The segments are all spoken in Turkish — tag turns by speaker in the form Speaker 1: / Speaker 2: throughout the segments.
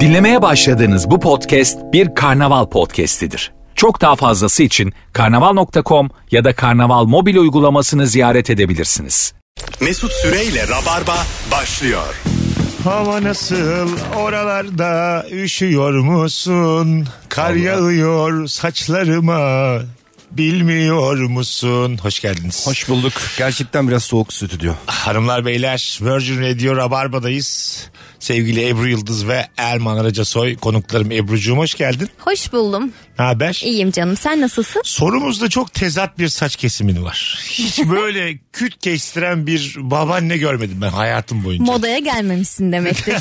Speaker 1: Dinlemeye başladığınız bu podcast bir karnaval podcastidir. Çok daha fazlası için karnaval.com ya da karnaval mobil uygulamasını ziyaret edebilirsiniz.
Speaker 2: Mesut Süreyle Rabarba başlıyor.
Speaker 3: Hava nasıl oralarda üşüyor musun? Kar yağıyor saçlarıma bilmiyor musun? Hoş geldiniz.
Speaker 4: Hoş bulduk. Gerçekten biraz soğuk stüdyo.
Speaker 3: Hanımlar beyler Virgin Radio Rabarba'dayız. Sevgili Ebru Yıldız ve Erman Aracasoy konuklarım Ebru'cuğum hoş geldin.
Speaker 5: Hoş buldum.
Speaker 3: Ne haber?
Speaker 5: İyiyim canım. Sen nasılsın?
Speaker 3: Sorumuzda çok tezat bir saç kesimini var. Hiç böyle küt kestiren bir babaanne görmedim ben hayatım boyunca.
Speaker 5: Modaya gelmemişsin demektir.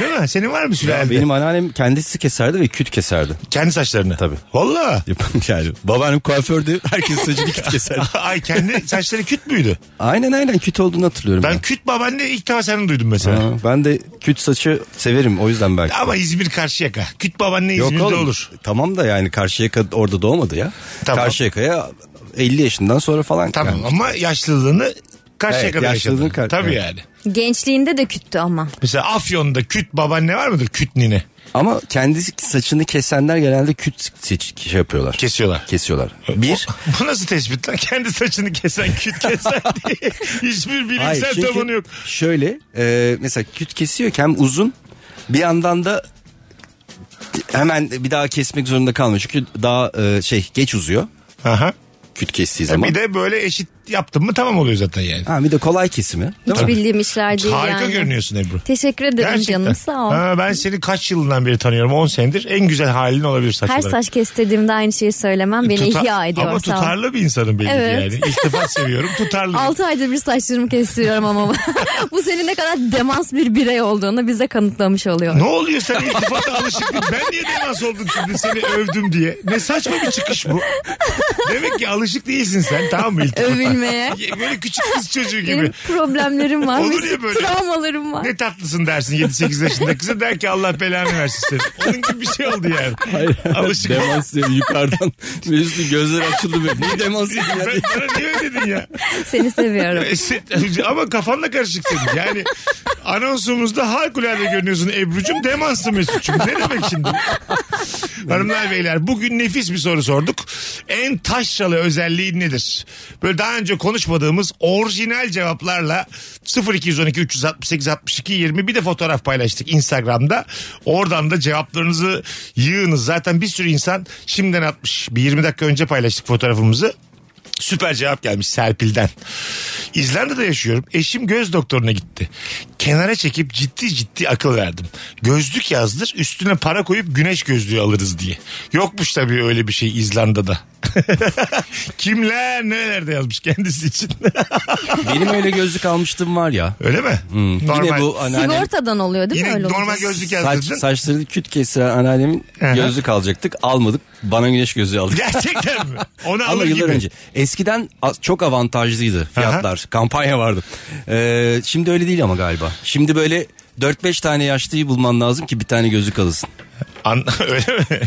Speaker 3: Değil mi? Senin var mı sülalende?
Speaker 4: Benim anneannem kendisi keserdi ve küt keserdi.
Speaker 3: Kendi saçlarını.
Speaker 4: Tabii.
Speaker 3: Valla.
Speaker 4: yani babaannem kuafördü. Herkes saçını küt keserdi.
Speaker 3: Ay kendi saçları küt müydü?
Speaker 4: aynen aynen küt olduğunu hatırlıyorum.
Speaker 3: Ben
Speaker 4: Ben,
Speaker 3: küt babaanne ilk defa seni duydum mesela.
Speaker 4: Ha, ben de küt saçı severim o yüzden belki.
Speaker 3: Ama İzmir Karşıyaka. Küt babaanne İzmir'de
Speaker 4: oğlum.
Speaker 3: olur.
Speaker 4: Tamam da yani Karşıyaka orada doğmadı ya.
Speaker 3: Tamam.
Speaker 4: Karşıyaka'ya 50 yaşından sonra falan.
Speaker 3: Tamam
Speaker 4: yani.
Speaker 3: ama yaşlılığını Karşıyaka'da
Speaker 4: Evet,
Speaker 3: yaşadın.
Speaker 4: yaşlılığını kar-
Speaker 3: Tabii
Speaker 4: evet.
Speaker 3: yani.
Speaker 5: Gençliğinde de küttü ama.
Speaker 3: Mesela Afyon'da küt babaanne var mıdır? Küt nine.
Speaker 4: Ama kendi saçını kesenler genelde küt seç- şey yapıyorlar.
Speaker 3: Kesiyorlar.
Speaker 4: Kesiyorlar. Bir.
Speaker 3: Bu nasıl tespit lan? Kendi saçını kesen küt kesen diye. Hiçbir
Speaker 4: Hayır,
Speaker 3: bilimsel
Speaker 4: çünkü
Speaker 3: tabanı yok.
Speaker 4: Şöyle e, mesela küt kesiyorken uzun bir yandan da hemen bir daha kesmek zorunda kalmıyor. Çünkü daha e, şey geç uzuyor
Speaker 3: Aha.
Speaker 4: küt kestiği zaman.
Speaker 3: E, Bir de böyle eşit yaptın mı tamam oluyor zaten yani.
Speaker 4: Ha, bir de kolay kesimi.
Speaker 5: Hiç bildiğim işler değil
Speaker 3: Harika
Speaker 5: yani.
Speaker 3: görünüyorsun Ebru.
Speaker 5: Teşekkür ederim canım. Sağ ol.
Speaker 3: Ha, ben seni kaç yılından beri tanıyorum 10 senedir. En güzel halin olabilir saç
Speaker 5: Her
Speaker 3: olarak.
Speaker 5: saç kestirdiğimde aynı şeyi söylemem beni
Speaker 3: Tuta-
Speaker 5: ihya ediyor.
Speaker 3: Ama
Speaker 5: sağ ol.
Speaker 3: tutarlı bir insanım belli ki
Speaker 5: Evet.
Speaker 3: yani. İltifat seviyorum tutarlı.
Speaker 5: 6 aydır bir saçlarımı kestiriyorum ama bu senin ne kadar demans bir birey olduğunu bize kanıtlamış oluyor.
Speaker 3: Ne oluyor sen iltifata alışık değil. Ben niye demans oldum şimdi seni övdüm diye. Ne saçma bir çıkış bu. Demek ki alışık değilsin sen tamam mı iltifata?
Speaker 5: Övülmeye.
Speaker 3: Böyle küçük kız çocuğu gibi.
Speaker 5: Benim problemlerim var.
Speaker 3: Olur
Speaker 5: mis-
Speaker 3: ya böyle.
Speaker 5: Travmalarım var.
Speaker 3: Ne tatlısın dersin 7-8 yaşında kıza der ki Allah belanı versin seni. Onun gibi bir şey oldu yani. Alışık.
Speaker 4: demans dedi yukarıdan. Mesut'un gözleri açıldı böyle. Niye demans dedi ya?
Speaker 3: Ben bana niye öyle dedin ya?
Speaker 5: Seni seviyorum.
Speaker 3: E, sen- Ama kafanla karışıksın. Yani anonsumuzda harikulade görünüyorsun Ebru'cum demanslı Mesut'cum. Ne demek şimdi? Hanımlar beyler bugün nefis bir soru sorduk. En taşralı özelliği nedir? Böyle daha önce konuşmadığımız orijinal cevaplarla 0212 368 62 20 bir de fotoğraf paylaştık Instagram'da. Oradan da cevaplarınızı yığınız. Zaten bir sürü insan şimdiden atmış. Bir 20 dakika önce paylaştık fotoğrafımızı. Süper cevap gelmiş Serpil'den. İzlanda'da yaşıyorum. Eşim göz doktoruna gitti. Kenara çekip ciddi ciddi akıl verdim. Gözlük yazdır üstüne para koyup güneş gözlüğü alırız diye. Yokmuş tabii öyle bir şey İzlanda'da. Kimler nelerde yazmış kendisi için.
Speaker 4: Benim öyle gözlük almıştım var ya.
Speaker 3: öyle mi? Normal.
Speaker 4: Hmm. Yine bu anneannem.
Speaker 5: Sigortadan oluyor değil mi
Speaker 3: Hani- Yine
Speaker 5: öyle
Speaker 3: normal
Speaker 5: olunca?
Speaker 3: gözlük
Speaker 4: Saç,
Speaker 3: yazdırdın.
Speaker 4: saçlarını küt kesilen anneannemin
Speaker 3: Aha.
Speaker 4: gözlük alacaktık. Almadık. Bana güneş gözlüğü aldık.
Speaker 3: Gerçekten mi? Onu
Speaker 4: Ama
Speaker 3: alır
Speaker 4: yıllar
Speaker 3: gibi.
Speaker 4: önce. Eskiden az- çok avantajlıydı fiyatlar. Kampanya vardı. Ee, şimdi öyle değil ama galiba. Şimdi böyle 4-5 tane yaşlıyı bulman lazım ki bir tane gözlük alırsın.
Speaker 3: An- öyle mi?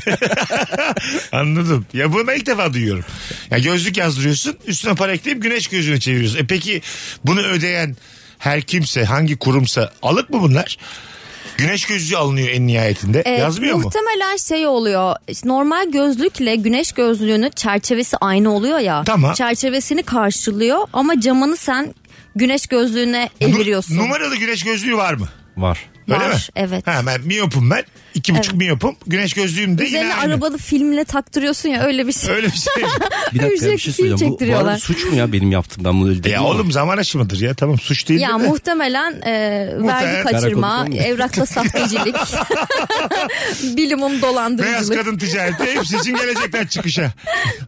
Speaker 3: Anladım. Ya bunu ben ilk defa duyuyorum. Ya gözlük yazdırıyorsun üstüne para ekleyip güneş gözlüğüne çeviriyorsun. E peki bunu ödeyen her kimse hangi kurumsa alık mı bunlar? Güneş gözlüğü alınıyor en nihayetinde.
Speaker 5: Evet,
Speaker 3: Yazmıyor mu?
Speaker 5: E, Ee, Muhtemelen şey oluyor. işte Normal gözlükle güneş gözlüğünün çerçevesi aynı oluyor ya.
Speaker 3: Tamam.
Speaker 5: Çerçevesini karşılıyor ama camını sen güneş gözlüğüne
Speaker 3: Nu-
Speaker 5: eviriyorsun.
Speaker 3: numaralı güneş gözlüğü var mı?
Speaker 4: Var.
Speaker 3: Öyle
Speaker 5: Var,
Speaker 3: mi?
Speaker 5: evet.
Speaker 3: Ha, ben miyopum ben. İki buçuk miyopum. Güneş gözlüğüm de
Speaker 5: Üzerine
Speaker 3: yine aynı.
Speaker 5: arabalı filmle taktırıyorsun ya öyle bir şey.
Speaker 3: Öyle bir şey.
Speaker 4: Bir dakika
Speaker 5: Ücretli
Speaker 4: bir şey söyleyeceğim. Bu- Bu,
Speaker 5: çektiriyorlar.
Speaker 4: arada suç mu ya benim yaptığım? Ben bunu öyle
Speaker 3: ya
Speaker 4: dedim ama.
Speaker 3: oğlum zaman aşımıdır ya. Tamam suç değil
Speaker 5: ya
Speaker 3: de.
Speaker 5: muhtemelen e, vergi kaçırma,
Speaker 4: Karakolda mı?
Speaker 5: evrakla sahtecilik, bilimum
Speaker 3: Beyaz
Speaker 5: dolandırıcılık.
Speaker 3: kadın ticareti hepsi için gelecekler çıkışa.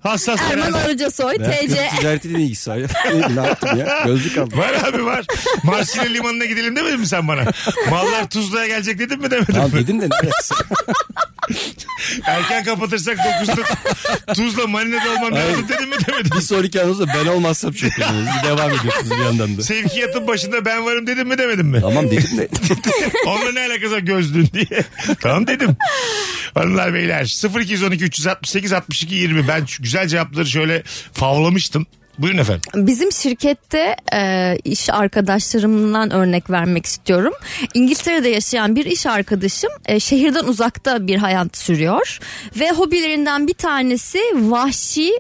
Speaker 3: Hassas
Speaker 5: Erman
Speaker 3: beyaz-
Speaker 5: Arıca Soy, TC.
Speaker 4: Gözlük ticareti ne ilgisi var ya? ne yaptım ya? Gözlük aldım.
Speaker 3: Var abi var. Marsilya limanına gidelim demedin mi sen bana? Mallar Tuzla'ya gelecek dedin mi demedin
Speaker 4: Tamam
Speaker 3: mi?
Speaker 4: dedim de ne alakası?
Speaker 3: Erken kapatırsak 9'da Tuzla Marina'da olmam lazım dedin mi demedin
Speaker 4: Bir
Speaker 3: mi?
Speaker 4: sonraki anonsu da ben olmazsam çok üzülürüz. Devam ediyorsunuz bir yandan da.
Speaker 3: Sevkiyatın başında ben varım dedim mi demedin mi?
Speaker 4: Tamam dedim de.
Speaker 3: Onunla ne alakası var gözlüğün diye. tamam dedim. Hanımlar beyler 0212 368 62 20 ben şu güzel cevapları şöyle favlamıştım. Buyurun efendim.
Speaker 5: Bizim şirkette e, iş arkadaşlarımdan örnek vermek istiyorum. İngiltere'de yaşayan bir iş arkadaşım e, şehirden uzakta bir hayat sürüyor ve hobilerinden bir tanesi vahşi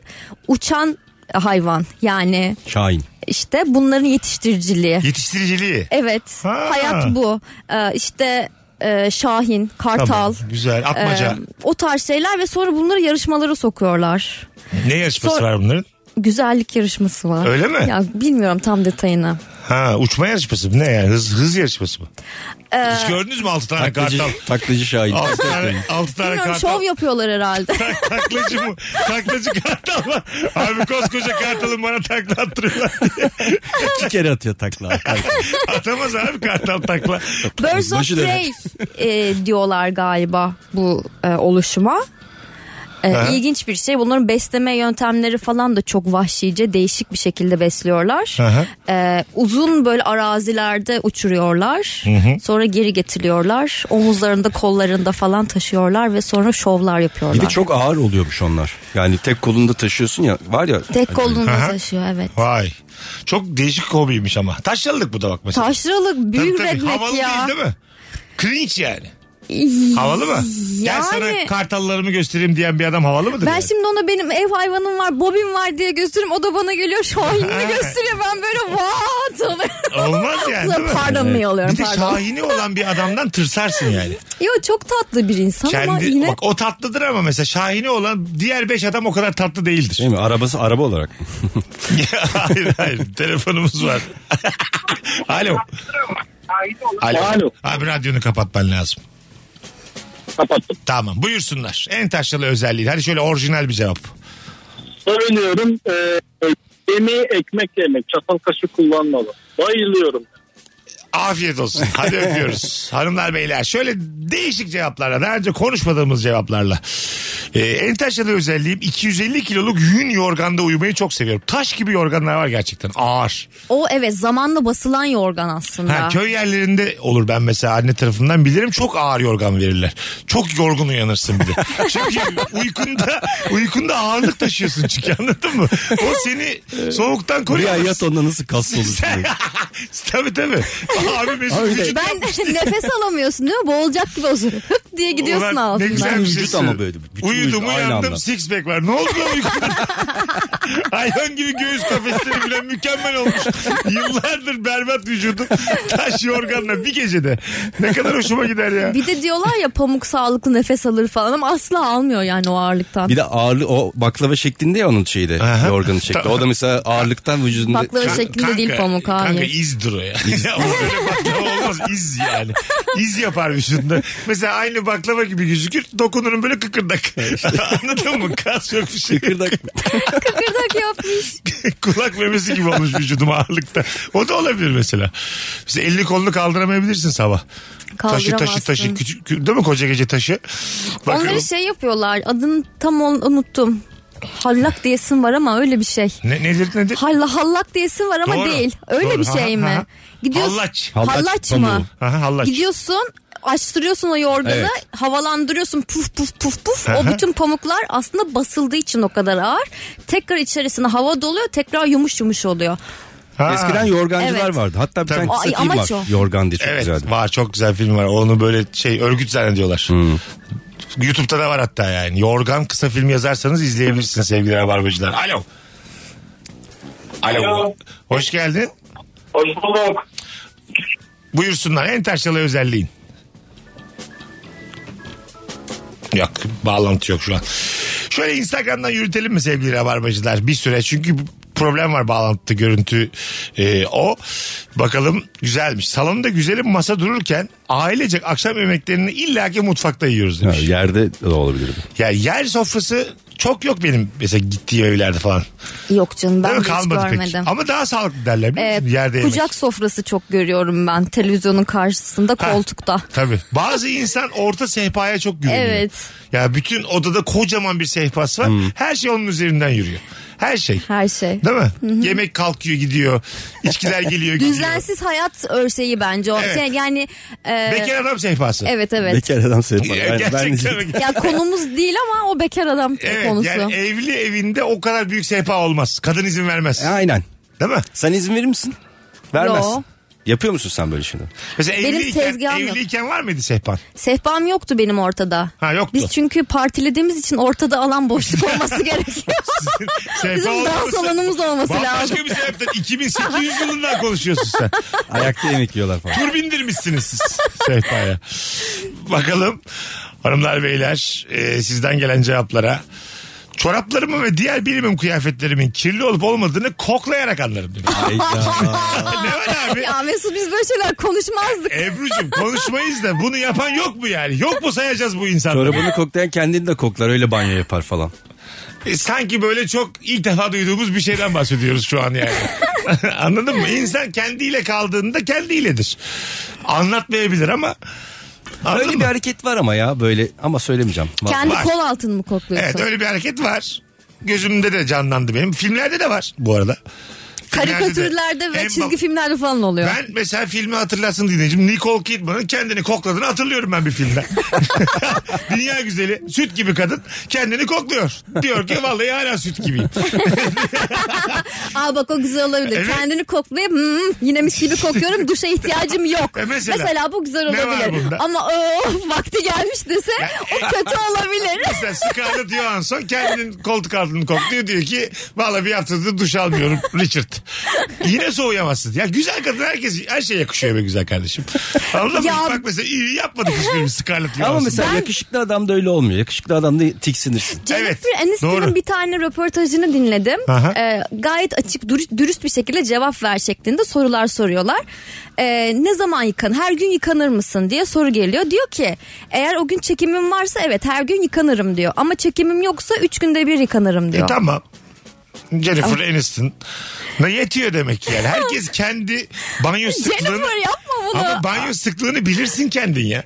Speaker 5: uçan hayvan yani
Speaker 4: Şahin.
Speaker 5: işte bunların yetiştiriciliği.
Speaker 3: Yetiştiriciliği.
Speaker 5: Evet
Speaker 3: Ha.
Speaker 5: hayat bu E, işte e, Şahin, Kartal.
Speaker 3: Tamam, güzel.
Speaker 5: e,
Speaker 3: Atmaca.
Speaker 5: o tarz şeyler ve sonra bunları yarışmalara sokuyorlar.
Speaker 3: ne yarışması
Speaker 5: sor-
Speaker 3: var bunların?
Speaker 5: Güzellik yarışması var.
Speaker 3: Öyle mi?
Speaker 5: Ya bilmiyorum tam detayını.
Speaker 3: Ha uçma yarışması mı? Ne yani? Hız, hız yarışması mı?
Speaker 5: Ee,
Speaker 3: Hiç gördünüz mü 6 tane
Speaker 4: Taklacı,
Speaker 3: kartal?
Speaker 4: taklacı Şahin.
Speaker 3: 6 tane, altı tane
Speaker 5: Bilmiyorum
Speaker 3: kartal.
Speaker 5: şov yapıyorlar herhalde.
Speaker 3: taklacı mı? Taklacı kartal var. Abi koskoca kartalın bana takla attırıyorlar diye.
Speaker 4: İki kere atıyor takla.
Speaker 3: Atamaz abi kartal takla.
Speaker 5: Birds of
Speaker 4: Başı
Speaker 5: Prey e, diyorlar galiba bu e, oluşuma. E,
Speaker 3: Aha.
Speaker 5: ilginç bir şey. Bunların besleme yöntemleri falan da çok vahşice değişik bir şekilde besliyorlar.
Speaker 3: Aha.
Speaker 5: E, uzun böyle arazilerde uçuruyorlar. Sonra geri getiriyorlar. Omuzlarında kollarında falan taşıyorlar ve sonra şovlar yapıyorlar.
Speaker 4: Bir de çok ağır oluyormuş onlar. Yani tek kolunda taşıyorsun ya var ya.
Speaker 5: Tek kolunda
Speaker 3: Aha.
Speaker 5: taşıyor evet.
Speaker 3: Vay. Çok değişik hobiymiş ama. Taşralık bu da bak mesela.
Speaker 5: Taşralık büyük redneck
Speaker 3: Havalı değil
Speaker 5: ya.
Speaker 3: değil mi? Cringe yani.
Speaker 5: İy,
Speaker 3: Havalı mı? Gel
Speaker 5: Yani-
Speaker 3: sana kartallarımı göstereyim diyen bir adam havalı mıdır?
Speaker 5: Ben
Speaker 3: yani?
Speaker 5: şimdi ona benim ev hayvanım var, bobim var diye gösteririm. O da bana geliyor şahinini gösteriyor. Ben böyle vaat oluyorum.
Speaker 3: Olmaz yani değil mi?
Speaker 5: Pardon mu alıyorum
Speaker 3: Bir de
Speaker 5: pardon.
Speaker 3: şahini olan bir adamdan tırsarsın yani.
Speaker 5: Yo çok tatlı bir insan ama
Speaker 3: Kendi,
Speaker 5: yine
Speaker 3: bak, o tatlıdır ama mesela şahini olan diğer beş adam o kadar tatlı değildir.
Speaker 4: Değil şey mi? Arabası araba olarak. mı?
Speaker 3: hayır hayır telefonumuz var. Alo. Alo.
Speaker 6: Alo.
Speaker 3: Abi radyonu kapatman lazım.
Speaker 6: Kapattım.
Speaker 3: Tamam buyursunlar. En taşralı özelliği. Hadi şöyle orijinal bir cevap.
Speaker 6: Övünüyorum. Ee, yemeği ekmek yemek. Çatal kaşık kullanmalı. Bayılıyorum.
Speaker 3: Afiyet olsun. Hadi öpüyoruz. Hanımlar beyler şöyle değişik cevaplarla daha önce konuşmadığımız cevaplarla. Ee, en taşralı özelliğim 250 kiloluk yün yorganda uyumayı çok seviyorum. Taş gibi yorganlar var gerçekten ağır.
Speaker 5: o evet zamanla basılan yorgan aslında.
Speaker 3: Ha, köy yerlerinde olur ben mesela anne tarafından bilirim çok ağır yorgan verirler. Çok yorgun uyanırsın bir de. Çünkü uykunda uykunda ağırlık taşıyorsun çünkü anladın mı? O seni soğuktan
Speaker 4: Bir ay
Speaker 3: koruyor.
Speaker 4: yat onda nasıl kaslı olursun. diye.
Speaker 3: tabii tabii. Abi Mesut
Speaker 4: Abi de-
Speaker 3: vücut
Speaker 5: ben nefes alamıyorsun değil mi? Boğulacak gibi olsun. Hık diye gidiyorsun
Speaker 3: Ulan
Speaker 5: altından.
Speaker 3: Ne güzel bir şey.
Speaker 4: Vücut ama
Speaker 3: söylüyor.
Speaker 4: böyle. Bütün vücut
Speaker 3: Uyudum
Speaker 4: aynı
Speaker 3: uyandım
Speaker 4: anda.
Speaker 3: six pack var. Ne oldu lan uykuda? Hayvan gibi göğüs kafesleri bile mükemmel olmuş. Yıllardır berbat vücudum. Taş yorganla bir gecede. Ne kadar hoşuma gider ya.
Speaker 5: Bir de diyorlar ya pamuk sağlıklı nefes alır falan ama asla almıyor yani o ağırlıktan.
Speaker 4: Bir de ağırlık o baklava şeklinde ya onun şeyde
Speaker 3: Aha.
Speaker 4: yorganı şekli. O da mesela ağırlıktan vücudunda
Speaker 5: Baklava
Speaker 3: Kan-
Speaker 5: şeklinde değil pamuk hayır.
Speaker 3: Kanka iz duru ya. ya o böyle baklava olmaz iz yani. İz yapar vücudunda. Mesela aynı baklava gibi gözükür. Dokunurum böyle kıkırdak. Anladın mı? Kas yok bir şey.
Speaker 4: kıkırdak.
Speaker 5: Kıkırdak yapmış.
Speaker 3: Kulak memesi gibi olmuş vücudum ağırlıkta. O da olabilir mesela. Mesela elini kolunu kaldıramayabilirsin sabah. Taşı taşı taşı
Speaker 5: Kaldıramazsın.
Speaker 3: küçük kü- değil mi koca gece taşı? Bak,
Speaker 5: Onları şey yapıyorlar. Adını tam on- unuttum. Hallak diyesin var ama öyle bir şey.
Speaker 3: ne, nedir nedir?
Speaker 5: Halla hallak diyesin var ama
Speaker 3: Doğru.
Speaker 5: değil. Öyle
Speaker 3: Doğru.
Speaker 5: bir şey
Speaker 3: Ha,
Speaker 5: mi?
Speaker 3: ha.
Speaker 5: Gidiyorsun.
Speaker 3: Hallaç.
Speaker 5: Hallaç,
Speaker 4: Hallaç pamuğu.
Speaker 5: mı?
Speaker 3: Aha, hallaç.
Speaker 5: Gidiyorsun açtırıyorsun o yorganı
Speaker 4: Evet.
Speaker 5: havalandırıyorsun puf puf puf puf
Speaker 3: Aha.
Speaker 5: o bütün pamuklar aslında basıldığı için o kadar ağır tekrar içerisine hava doluyor tekrar yumuş yumuş oluyor
Speaker 3: Ha.
Speaker 4: Eskiden yorgancılar
Speaker 5: Evet.
Speaker 4: vardı. Hatta bir
Speaker 3: Tabii.
Speaker 4: tane
Speaker 5: Ay,
Speaker 4: kısa film
Speaker 5: amaç
Speaker 4: var.
Speaker 5: o.
Speaker 4: Yorgan diye çok
Speaker 3: Evet
Speaker 4: güzeldi.
Speaker 3: var çok güzel film var. Onu böyle şey örgüt zannediyorlar.
Speaker 4: Hmm.
Speaker 3: YouTube'da da var hatta yani. Yorgan kısa film yazarsanız izleyebilirsiniz sevgili rabarbacılar. Alo. Alo.
Speaker 6: Alo.
Speaker 3: Hoş geldin.
Speaker 6: Hoş bulduk.
Speaker 3: Buyursunlar en taşralı özelliğin. Yok bağlantı yok şu an. Şöyle Instagram'dan yürütelim mi sevgili rabarbacılar bir süre çünkü problem var bağlantıda görüntü e, o. Bakalım güzelmiş. Salonda güzelim masa dururken ailecek akşam yemeklerini illaki mutfakta yiyoruz
Speaker 4: Ha,
Speaker 3: demiş. Ya,
Speaker 4: yerde de olabilirdi.
Speaker 3: yer sofrası çok yok benim mesela gittiğim evlerde falan.
Speaker 5: yok canım ben
Speaker 3: Değil mi?
Speaker 5: de hiç
Speaker 3: Kalmadı pek.
Speaker 5: görmedim
Speaker 3: Ama daha sağlıklı derler biliyor
Speaker 5: Ee,
Speaker 3: musun? Yerde yemek.
Speaker 5: kucak sofrası çok görüyorum ben televizyonun karşısında
Speaker 3: Ha,
Speaker 5: koltukta
Speaker 3: Tabii. Bazı insan orta sehpaya çok güveniyor.
Speaker 5: Evet.
Speaker 3: Ya bütün odada kocaman bir sehpası var. Her şey onun üzerinden yürüyor. Her şey.
Speaker 5: Her şey.
Speaker 3: Değil mi? Yemek kalkıyor gidiyor. İçkiler geliyor gidiyor.
Speaker 5: Düzensiz hayat örseği bence o.
Speaker 3: Evet.
Speaker 5: Şey, yani e,
Speaker 3: Bekar adam sehpası.
Speaker 5: evet evet.
Speaker 4: Bekar adam seni
Speaker 3: Ya,
Speaker 4: bana. Ben- ben-
Speaker 3: Gerçekten mi?
Speaker 5: Ya konumuz değil ama o bekar adam
Speaker 3: Evet
Speaker 5: konusu.
Speaker 3: yani e- evli evinde o kadar büyük sehpa olmaz. Kadın izin vermez.
Speaker 4: E, Aynen.
Speaker 3: Değil mi?
Speaker 4: Sen izin verir misin? Vermezsin.
Speaker 5: Yo.
Speaker 4: Yapıyor musun sen böyle şimdi?
Speaker 3: Mesela
Speaker 5: Benim
Speaker 3: evliyken,
Speaker 5: tezgahım yok.
Speaker 3: evliyken var mıydı sehpan?
Speaker 5: Sehpam yoktu benim ortada.
Speaker 3: Ha, yoktu.
Speaker 5: Biz çünkü partilediğimiz için ortada alan boşluk olması gerekiyor.
Speaker 3: Sehpa
Speaker 5: Bizim dans
Speaker 3: olmaması-
Speaker 5: alanımız olması lazım.
Speaker 3: Bambaşka bir sebepten 2800 yılından konuşuyorsun sen.
Speaker 4: Ayakta yemek yiyorlar falan.
Speaker 3: Tur bindirmişsiniz siz sehpaya. Bakalım hanımlar beyler e, sizden gelen cevaplara. Çoraplarımın ve diğer birimim kıyafetlerimin kirli olup olmadığını koklayarak anlarım. demiş. ne var abi?
Speaker 5: Ya Mesut biz böyle şeyler konuşmazdık.
Speaker 3: E, Ebru'cum konuşmayız da bunu yapan yok mu yani? Yok mu sayacağız bu insanları?
Speaker 4: Çorabını koklayan kendini de koklar öyle banyo yapar falan.
Speaker 3: E, sanki böyle çok ilk defa duyduğumuz bir şeyden bahsediyoruz şu an yani. Anladın mı? İnsan kendiyle kaldığında kendiyledir. Anlatmayabilir ama anladın
Speaker 4: Öyle bir
Speaker 3: mı?
Speaker 4: hareket var ama ya böyle ama söylemeyeceğim. Vallahi.
Speaker 5: Kendi
Speaker 3: Var.
Speaker 5: kol altını mı kokluyorsun?
Speaker 3: Evet öyle bir hareket var. Gözümde de canlandı benim. Filmlerde de var bu arada. Filmlerde de.
Speaker 5: Karikatürlerde ve
Speaker 3: En
Speaker 5: çizgi
Speaker 3: bab-
Speaker 5: filmlerde falan oluyor.
Speaker 3: Ben mesela filmi hatırlarsın dinleyicim. Nicole Kidman'ın kendini kokladığını hatırlıyorum ben bir filmden. Dünya güzeli süt gibi kadın kendini kokluyor. Diyor ki vallahi hala süt gibiyim.
Speaker 5: Aa bak o güzel olabilir.
Speaker 3: Evet.
Speaker 5: Kendini koklayıp "Hmm, yine mis gibi kokuyorum duşa ihtiyacım yok.
Speaker 3: E mesela,
Speaker 5: bu güzel
Speaker 3: ne var
Speaker 5: olabilir.
Speaker 3: bunda?
Speaker 5: Ama o vakti gelmiş dese o kötü olabilir.
Speaker 3: Mesela Scarlett Johansson kendinin koltuk altını kokluyor diyor ki valla bir haftadır duş almıyorum Richard. Yine soğuyamazsın. Ya güzel kadın herkes her şeye yakışıyor be güzel kardeşim. Anladın mı?
Speaker 5: Ya-
Speaker 3: Bak mesela iyi yapmadık hiçbirimiz Scarlett Johansson.
Speaker 4: Ama mesela yakışıklı adam da öyle olmuyor. Yakışıklı adam da tiksinirsin.
Speaker 5: Jennifer
Speaker 3: Evet, doğru.
Speaker 5: Aniston'un bir tane röportajını dinledim.
Speaker 3: Aha.
Speaker 5: Ee, gayet açık dürüst, dürüst bir şekilde cevap ver şeklinde sorular soruyorlar. Ee, ne zaman yıkan? Her gün yıkanır mısın diye soru geliyor. Diyor ki eğer o gün çekimim varsa evet her gün yıkanırım diyor. Ama çekimim yoksa üç günde bir yıkanırım
Speaker 3: E
Speaker 5: diyor.
Speaker 3: tamam. Jennifer Aniston. Ne yetiyor demek ki yani. Herkes kendi banyo sıklığını...
Speaker 5: Jennifer yapma bunu.
Speaker 3: Ama banyo sıklığını bilirsin kendin ya.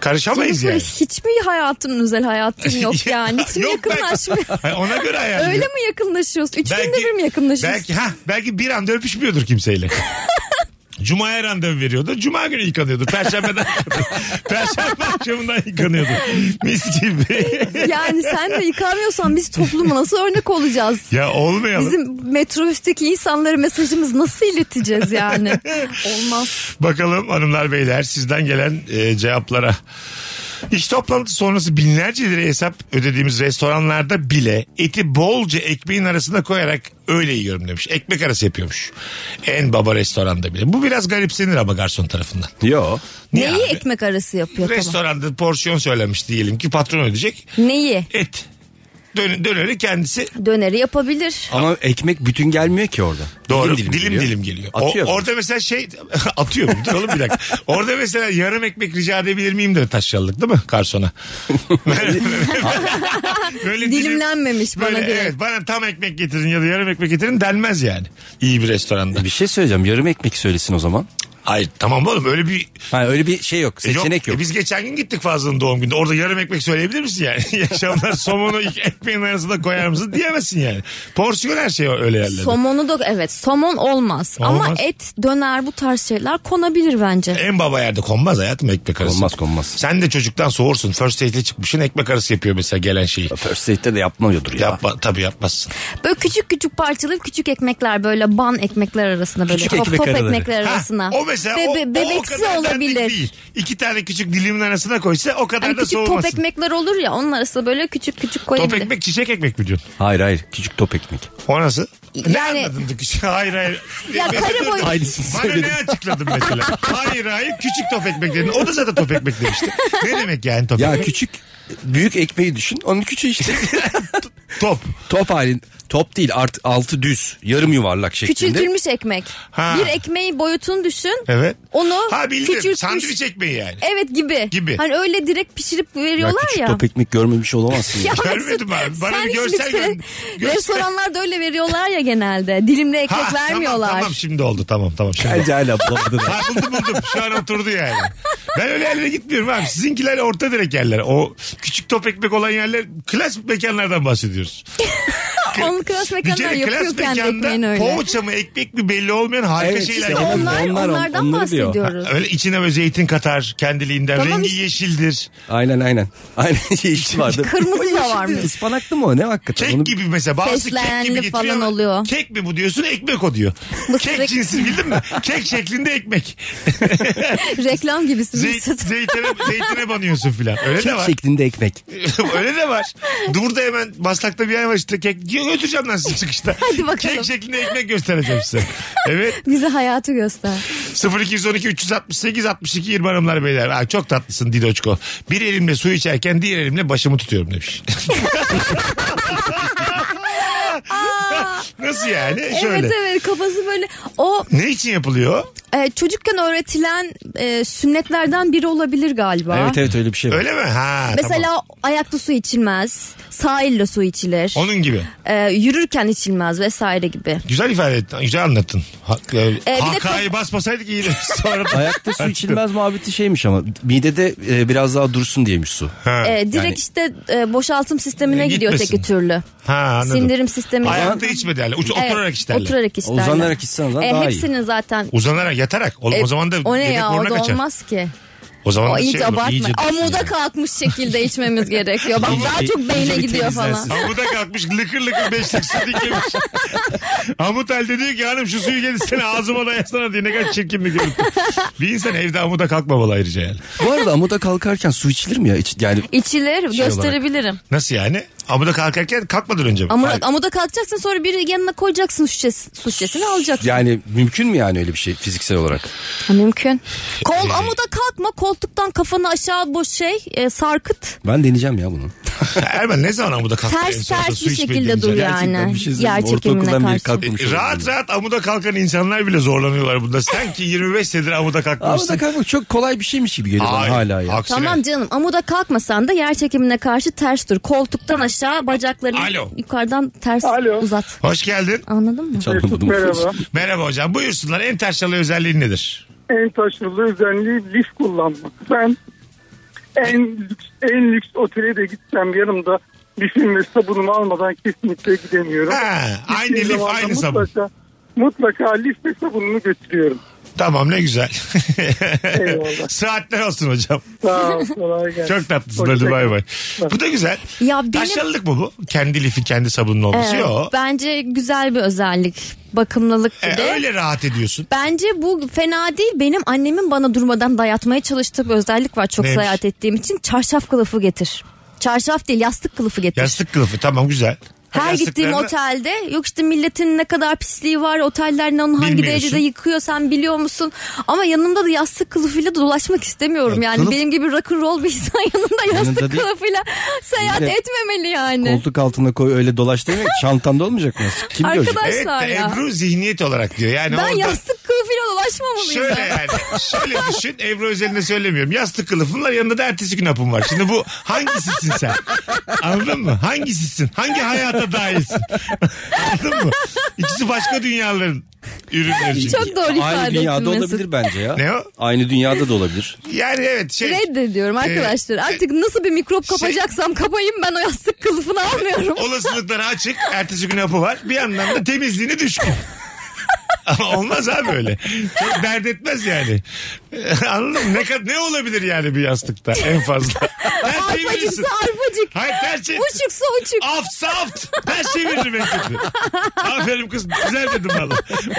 Speaker 3: Karışamayız
Speaker 5: Jennifer,
Speaker 3: yani.
Speaker 5: hiç mi hayatın özel hayatın yok yani? Hiç mi
Speaker 3: Yok, ben-
Speaker 5: yakınlaşmıyor?
Speaker 3: Hayır, Ona göre ayarlıyor.
Speaker 5: Öyle mi yakınlaşıyorsun? Üç günde bir mi yakınlaşıyorsun?
Speaker 3: Belki, ha, belki bir anda öpüşmüyordur kimseyle. Cuma'ya randevu veriyordu. Cuma günü yıkanıyordu. Perşembeden Perşembe akşamından yıkanıyordu. Mis gibi.
Speaker 5: Yani sen de yıkamıyorsan biz topluma nasıl örnek olacağız?
Speaker 3: ya olmayalım.
Speaker 5: Bizim metrobüsteki insanlara mesajımız nasıl ileteceğiz yani? Olmaz.
Speaker 3: Bakalım hanımlar beyler sizden gelen e, cevaplara. İş toplantısı sonrası binlerce lira hesap ödediğimiz restoranlarda bile eti bolca ekmeğin arasına koyarak öyle yiyorum demiş. Ekmek arası yapıyormuş. En baba restoranda bile. Bu biraz garipsenir ama garson tarafından.
Speaker 4: Yo.
Speaker 3: Niye
Speaker 5: Neyi
Speaker 3: abi?
Speaker 5: ekmek arası yapıyor tamam.
Speaker 3: Restoranda porsiyon söylemiş diyelim ki patron ödeyecek.
Speaker 5: Neyi?
Speaker 3: Et. Dön, döneri kendisi
Speaker 5: Döneri yapabilir.
Speaker 4: Ama ekmek bütün gelmiyor ki orada.
Speaker 3: Doğru. Dilim dilim geliyor. O-
Speaker 4: Atıyor.
Speaker 3: orada mesela şey atıyor mu? Dur oğlum bir dakika. Orada mesela yarım ekmek rica edebilir miyim de taşralık değil mi garsona? böyle
Speaker 5: Dilimlenmemiş bana
Speaker 3: böyle,
Speaker 5: göre.
Speaker 3: Evet bana tam ekmek getirin ya da yarım ekmek getirin denmez yani. İyi bir restoranda.
Speaker 4: Bir şey söyleyeceğim. Yarım ekmek söylesin o zaman.
Speaker 3: Hayır tamam oğlum öyle bir
Speaker 4: Hani öyle bir şey yok.
Speaker 3: E yok,
Speaker 4: Seçenek yok.
Speaker 3: e biz geçen gün gittik Fazlı'nın doğum gününde. Orada yarım ekmek söyleyebilir misin yani? Yaşamlar somonu ilk ekmeğin arasında koyar mısın diyemezsin yani. Porsiyon her şey öyle yerlerde.
Speaker 5: Somonu da evet somon olmaz. Ama
Speaker 3: Olmaz.
Speaker 5: et, döner bu tarz şeyler konabilir bence.
Speaker 3: En baba yerde konmaz hayatım ekmek arası.
Speaker 4: Konmaz, konmaz.
Speaker 3: Sen de çocuktan soğursun. First date'e çıkmışsın ekmek arası yapıyor mesela gelen şeyi.
Speaker 4: First date'te de yapmıyordur ya.
Speaker 3: Yapma, tabii yapmazsın.
Speaker 5: Böyle küçük küçük parçalı küçük ekmekler böyle ban ekmekler arasına böyle
Speaker 4: Küçük
Speaker 5: top,
Speaker 4: ekmek
Speaker 5: top
Speaker 4: araları.
Speaker 5: ekmekler
Speaker 3: Ha,
Speaker 5: arasına.
Speaker 3: o mesela o-
Speaker 5: Bebe-
Speaker 3: o,
Speaker 5: bebeksi
Speaker 3: kadar dandik
Speaker 5: olabilir.
Speaker 3: değil. İki tane küçük dilimin arasına koysa o kadar
Speaker 5: Hani
Speaker 3: da
Speaker 5: küçük top
Speaker 3: soğumasın.
Speaker 5: ekmekler olur ya onun arasında böyle küçük küçük
Speaker 3: Top
Speaker 5: koyabilir.
Speaker 3: ekmek çiçek ekmek mi diyorsun?
Speaker 4: Hayır hayır. Küçük top ekmek.
Speaker 3: O nasıl? Ne
Speaker 5: Yani-
Speaker 3: anladın da küçük? Hayır hayır.
Speaker 5: Ya
Speaker 3: Mesela
Speaker 5: kare
Speaker 3: dur,
Speaker 5: boyu-
Speaker 4: Aynısını
Speaker 3: Bana
Speaker 4: söyledim.
Speaker 3: ne açıkladın mesela? hayır hayır küçük top ekmek dedin. O da zaten top ekmek demişti. Ne demek yani top
Speaker 4: Ya
Speaker 3: ekmek?
Speaker 4: küçük büyük ekmeği düşün. Onun küçüğü işte.
Speaker 3: top.
Speaker 4: top halin. Top değil art, altı düz. Yarım yuvarlak şeklinde.
Speaker 5: Küçültülmüş ekmek.
Speaker 3: Ha.
Speaker 5: Bir ekmeği boyutunu düşün.
Speaker 3: Evet.
Speaker 5: Onu
Speaker 3: Ha bildim.
Speaker 5: küçültmüş.
Speaker 3: Sandviç ekmeği yani.
Speaker 5: Evet gibi.
Speaker 3: Gibi.
Speaker 5: Hani öyle direkt pişirip
Speaker 4: Ya
Speaker 5: veriyorlar
Speaker 4: küçük
Speaker 5: ya.
Speaker 4: top ekmek görmemiş olamazsın. ya.
Speaker 5: Ya
Speaker 3: Görmedim
Speaker 5: Mesut,
Speaker 3: abi. Bana
Speaker 5: sen
Speaker 3: bir
Speaker 5: hiç
Speaker 3: görsel
Speaker 5: lütfen-
Speaker 3: gönder. Görsel.
Speaker 5: Restoranlarda öyle veriyorlar ya genelde. Dilimle ekmek
Speaker 3: Ha,
Speaker 5: vermiyorlar.
Speaker 3: Tamam, tamam şimdi oldu tamam tamam şimdi. oldu.
Speaker 4: Bence hala bulamadılar.
Speaker 3: Ha, buldum buldum şu an oturdu yani. Ben öyle yerlere gitmiyorum abi. Sizinkiler orta direk yerler. O küçük top ekmek olan yerler klas mekanlardan bahsediyoruz.
Speaker 5: Onu klas
Speaker 3: Bir
Speaker 5: mekanlar
Speaker 3: kere
Speaker 5: yapıyor
Speaker 3: klas
Speaker 5: kendi ekmeğini
Speaker 3: mekanda
Speaker 5: öyle.
Speaker 3: poğaça mı ekmek mi belli olmayan harika
Speaker 4: Evet,
Speaker 3: şeyler
Speaker 4: işte
Speaker 3: yapıyor.
Speaker 5: Onlar,
Speaker 4: Onlar-
Speaker 5: onlardan
Speaker 4: onları diyor.
Speaker 5: bahsediyoruz.
Speaker 3: Öyle içine böyle zeytin katar kendiliğinden.
Speaker 5: Tamam
Speaker 3: Rengi
Speaker 5: işte.
Speaker 3: yeşildir.
Speaker 4: Aynen aynen. Aynen yeşil vardı.
Speaker 5: Kırmızı da varmış.
Speaker 4: Ispanaklı mı o ne hakikaten?
Speaker 3: Kek
Speaker 4: Onu-
Speaker 3: gibi mesela bazısı kek gibi
Speaker 5: Fesleğenli
Speaker 3: getiriyor.
Speaker 5: falan
Speaker 3: ama
Speaker 5: oluyor.
Speaker 3: Kek mi bu diyorsun ekmek o diyor.
Speaker 5: Mısır
Speaker 3: kek
Speaker 5: ek-
Speaker 3: cinsi bildin mi? kek şeklinde ekmek.
Speaker 5: Reklam gibisin
Speaker 3: Zey-
Speaker 5: Mesut.
Speaker 3: zeytine, zeytine banıyorsun filan. Öyle de
Speaker 4: Kek
Speaker 3: var.
Speaker 4: şeklinde ekmek.
Speaker 3: Öyle de var. Burada hemen baslakta bir yer var işte kek. Götüreceğim lan sizi çıkışta.
Speaker 5: Hadi bakalım.
Speaker 3: Kek şeklinde ekmek göstereceğim size. Evet.
Speaker 5: Bize hayatı göster.
Speaker 3: 0212 368 62 20 hanımlar beyler. Aa, çok tatlısın Didoçko. Bir elimle su içerken diğer elimle başımı tutuyorum demiş. Nasıl yani? Şöyle.
Speaker 5: Evet evet kafası böyle o
Speaker 3: Ne için yapılıyor?
Speaker 5: e, çocukken öğretilen e, sünnetlerden biri olabilir galiba.
Speaker 4: Evet evet öyle bir şey var.
Speaker 3: Öyle mi? Ha,
Speaker 5: Mesela
Speaker 3: tamam.
Speaker 5: ayakta su içilmez, sahilde su içilir,
Speaker 3: Onun gibi.
Speaker 5: e, yürürken içilmez vesaire gibi.
Speaker 3: Güzel ifade ettin. Güzel anlattın. Ha, e,
Speaker 5: Ee, de-
Speaker 3: Hakka'yı basmasaydık iyiydi. Sonra da-
Speaker 4: Ayakta su içilmez muhabbeti şeymiş ama midede e, biraz daha dursun diyemiş su.
Speaker 3: Ha,
Speaker 5: E, direkt
Speaker 4: yani-
Speaker 5: işte e, boşaltım sistemine
Speaker 3: E,
Speaker 5: gidiyor
Speaker 3: gitmesin.
Speaker 5: teki türlü.
Speaker 3: ha, anladım.
Speaker 5: Sindirim sistemi.
Speaker 3: Ayakta içme derler. Uç,
Speaker 5: Evet,
Speaker 3: oturarak iç derler.
Speaker 5: Oturarak iç derler.
Speaker 4: Uzanarak içsen o zaman daha iyi.
Speaker 5: Hepsinin zaten.
Speaker 3: Uzanarak yatarak. Oğlum
Speaker 5: E,
Speaker 3: o zaman da
Speaker 5: o ne
Speaker 3: bebek
Speaker 5: ya o
Speaker 3: morna
Speaker 5: da
Speaker 3: kaçar.
Speaker 5: olmaz ki.
Speaker 3: O zaman
Speaker 5: O
Speaker 3: da
Speaker 5: iyice
Speaker 3: şey olur.
Speaker 5: abartma.
Speaker 4: iyice dursun
Speaker 5: Amuda
Speaker 4: yani.
Speaker 5: kalkmış şekilde içmemiz gerekiyor. Bak daha
Speaker 4: İyice-
Speaker 5: çok
Speaker 4: iyice
Speaker 5: beyne
Speaker 4: bir
Speaker 5: gidiyor falan.
Speaker 4: temizlensin.
Speaker 3: Amuda kalkmış lıkır lıkır beşlik su diklemiş. Amut halde diyor ki hanım şu suyu getir sen ağzıma dayasana diye ne kadar çirkin bir görüntü. Bir insan evde amuda kalkmamalı ayrıca yani.
Speaker 4: Bu arada amuda kalkarken su içilir mi ya? İç- yani
Speaker 5: İçilir
Speaker 4: Şey
Speaker 5: gösterebilirim.
Speaker 3: Nasıl yani? Amuda kalkarken kalkmadan önce mi?
Speaker 5: Ama, amuda kalkacaksın sonra biri yanına koyacaksın su, şişesi, su şişesini alacaksın.
Speaker 4: yani mümkün mü yani öyle bir şey fiziksel olarak?
Speaker 5: Ha, Mümkün. Kol amuda kalkma koltuktan kafanı aşağı boş şey e, sarkıt.
Speaker 4: Ben deneyeceğim ya bunu.
Speaker 3: Ermen ne zaman amuda kalktı? en
Speaker 5: Ters
Speaker 3: sonunda
Speaker 5: ters
Speaker 3: su
Speaker 5: bir
Speaker 3: içmeye
Speaker 5: şekilde
Speaker 3: gelince?
Speaker 5: dur
Speaker 4: Gerçekten
Speaker 5: yani.
Speaker 4: bir şey söyleyeyim.
Speaker 5: Yer çekimine
Speaker 4: Ortaokuldan beri
Speaker 5: karşı.
Speaker 4: kalkmamış oldum
Speaker 3: E, Rahat
Speaker 4: ben.
Speaker 3: rahat amuda kalkan insanlar bile zorlanıyorlar bunda. Sen ki 25 senedir amuda
Speaker 4: Amuda
Speaker 3: kalkmamışsın.
Speaker 4: kalkmak çok kolay bir şeymiş gibi geliyor bana
Speaker 3: Hayır,
Speaker 4: hala ya.
Speaker 3: aksine.
Speaker 5: Tamam canım amuda kalkmasan da yer çekimine karşı ters dur. Koltuktan aşağı bacaklarını
Speaker 3: Alo.
Speaker 5: yukarıdan ters
Speaker 6: Alo.
Speaker 5: uzat.
Speaker 3: Hoş geldin.
Speaker 5: Anladın mı?
Speaker 4: Hiç anlamadım.
Speaker 6: Merhaba.
Speaker 3: Merhaba hocam. Buyursunlar en ters çalı özelliğin nedir?
Speaker 6: En taşralı özelliği lif kullanmak. Ben en lüks, en lüks otele de gitsem yanımda lifim ve sabunumu almadan kesinlikle gidemiyorum.
Speaker 3: Ha, aynı
Speaker 6: Gittiğim
Speaker 3: lif
Speaker 6: zaman da
Speaker 3: aynı sabun.
Speaker 6: mutlaka- Mutlaka lif ve sabunumu götürüyorum.
Speaker 3: Tamam ne güzel.
Speaker 6: Eyvallah.
Speaker 3: Saatler olsun hocam.
Speaker 6: Sağ ol. Kolay gelsin.
Speaker 3: Çok tatlısın.
Speaker 6: Hoşça
Speaker 3: Hadi bay
Speaker 6: kalın.
Speaker 3: bay. Bu da güzel.
Speaker 5: Ya benim-
Speaker 3: Taşralık mı bu? Kendi lifi kendi sabunun olması.
Speaker 5: Evet,
Speaker 3: Yok.
Speaker 5: Ee, Bence güzel bir özellik. Bakımlılık bir
Speaker 3: E,
Speaker 5: de.
Speaker 3: öyle rahat ediyorsun.
Speaker 5: Bence bu fena değil. Benim annemin bana durmadan dayatmaya çalıştığı bir özellik var çok
Speaker 3: Neymiş?
Speaker 5: seyahat ettiğim için. Çarşaf kılıfı getir. Çarşaf değil yastık kılıfı getir.
Speaker 3: Yastık kılıfı tamam güzel.
Speaker 5: Her gittiğim
Speaker 3: Yastıklarını-
Speaker 5: otelde yok işte milletin ne kadar pisliği var oteller ne onu hangi
Speaker 3: Bilmiyorsun.
Speaker 5: derecede yıkıyor sen biliyor musun? Ama yanımda da yastık kılıfıyla dolaşmak istemiyorum
Speaker 3: Ya
Speaker 5: yani
Speaker 3: kılıf-
Speaker 5: benim gibi rock and roll bir insan yanında yastık
Speaker 4: Yanında değil.
Speaker 5: kılıfıyla seyahat
Speaker 4: Bir de
Speaker 5: etmemeli yani.
Speaker 4: Koltuk altına koy öyle dolaş demiyor ki çantanda olmayacak mı? Kim görecek?
Speaker 5: Arkadaş-
Speaker 3: Evet de
Speaker 5: Taşlar ya.
Speaker 3: Ebru zihniyet olarak diyor. Yani
Speaker 5: Ben
Speaker 3: Hani orada...
Speaker 5: yastık kılıfıyla dolaşmamalıyım.
Speaker 3: Şöyle
Speaker 5: ben.
Speaker 3: yani. Şöyle düşün. Ebru özelinde söylemiyorum. Yastık kılıfın var yanında da ertesi gün hapın var. Şimdi bu hangisisin sen? Anladın mı? Hangisisin? Hangi hayata dahilsin? Anladın mı? İkisi başka dünyaların ürünleri. çünkü.
Speaker 5: Çok doğru ifade
Speaker 4: Aynı dünyada
Speaker 5: ettin Mesut.
Speaker 4: olabilir bence ya.
Speaker 3: Ne o?
Speaker 4: Aynı dünyada da olabilir.
Speaker 3: Yani evet şey.
Speaker 5: Reddediyorum
Speaker 3: e,
Speaker 5: arkadaşlar. Artık nasıl bir mikrop kapacaksam kapayım ben o yastık kılıfını almıyorum.
Speaker 3: Olasılıkları açık. Ertesi gün hapı var. Bir yandan da temizliğini düşkün. Ama olmaz abi öyle. Çok dert etmez yani. Anladın mı? Ne, kad- ne olabilir yani bir yastıkta en fazla? Her şeyi verirsin.
Speaker 5: Arpacıksa arpacık.
Speaker 3: Hayır her şey.
Speaker 5: Uçuksa uçuk.
Speaker 3: Aftsa aft. Her şeyi veririm ben kötü. Aferin kız. Güzel dedim valla.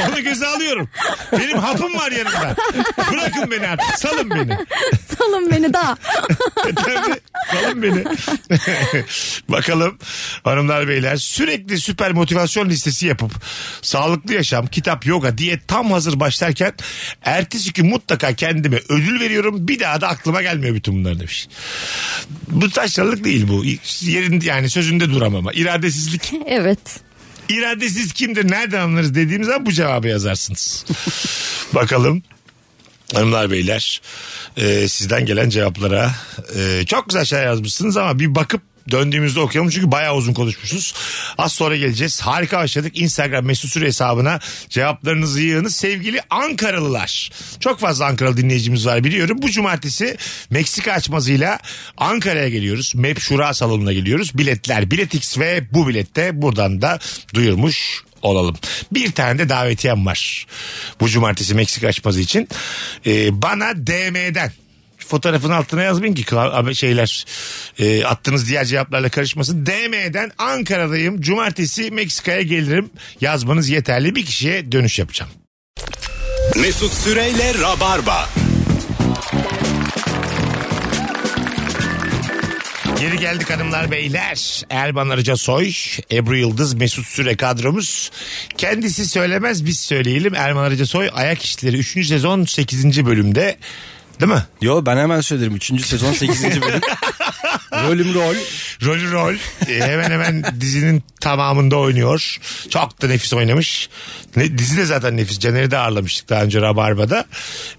Speaker 3: Onu göze alıyorum. Benim hapım var yanımda. Bırakın beni artık. Salın beni.
Speaker 5: Salın beni daha.
Speaker 3: Tabii. Salın beni. Bakalım hanımlar beyler sürekli süper motivasyon listesi yapıp sağlıklı yaşam, kitap, yoga, diyet tam hazır başlarken ertesi gün mutlaka kendime ödül veriyorum. Bir daha da aklıma gelmiyor bütün bunlar demiş. Bu taşralık değil bu. Yerin yani sözünde duramama. İradesizlik.
Speaker 5: Evet.
Speaker 3: İradesiz kimdir nereden anlarız dediğimiz zaman bu cevabı yazarsınız. Bakalım hanımlar beyler e, sizden gelen cevaplara e, çok güzel şeyler yazmışsınız ama bir bakıp Döndüğümüzde okuyalım çünkü bayağı uzun konuşmuşuz. Az sonra geleceğiz. Harika başladık. Instagram mesut süre hesabına cevaplarınızı yığınız. Sevgili Ankaralılar. Çok fazla Ankaralı dinleyicimiz var biliyorum. Bu cumartesi Meksika açmazıyla Ankara'ya geliyoruz. MEP Şura salonuna geliyoruz. Biletler Biletix ve bu bilette buradan da duyurmuş olalım. Bir tane de davetiyem var. Bu cumartesi Meksika açması için. Ee, bana DM'den fotoğrafın altına yazmayın ki kla- abi şeyler e, attığınız diğer cevaplarla karışmasın. DM'den Ankara'dayım. Cumartesi Meksika'ya gelirim. Yazmanız yeterli. Bir kişiye dönüş yapacağım.
Speaker 2: Mesut Süreyle Rabarba.
Speaker 3: Geri geldik hanımlar beyler. Erman Arıca Soy, Ebru Yıldız, Mesut Süre kadromuz. Kendisi söylemez biz söyleyelim. Erman Arıca Soy Ayak İşleri 3. sezon 8. bölümde değil mi?
Speaker 4: Yo ben hemen söylerim. 3. sezon 8. bölüm. Rolüm rol.
Speaker 3: Rolü rol. E, hemen hemen dizinin tamamında oynuyor. Çok da nefis oynamış. Ne, dizi de zaten nefis. Caner'i de ağırlamıştık daha önce Rabarba'da.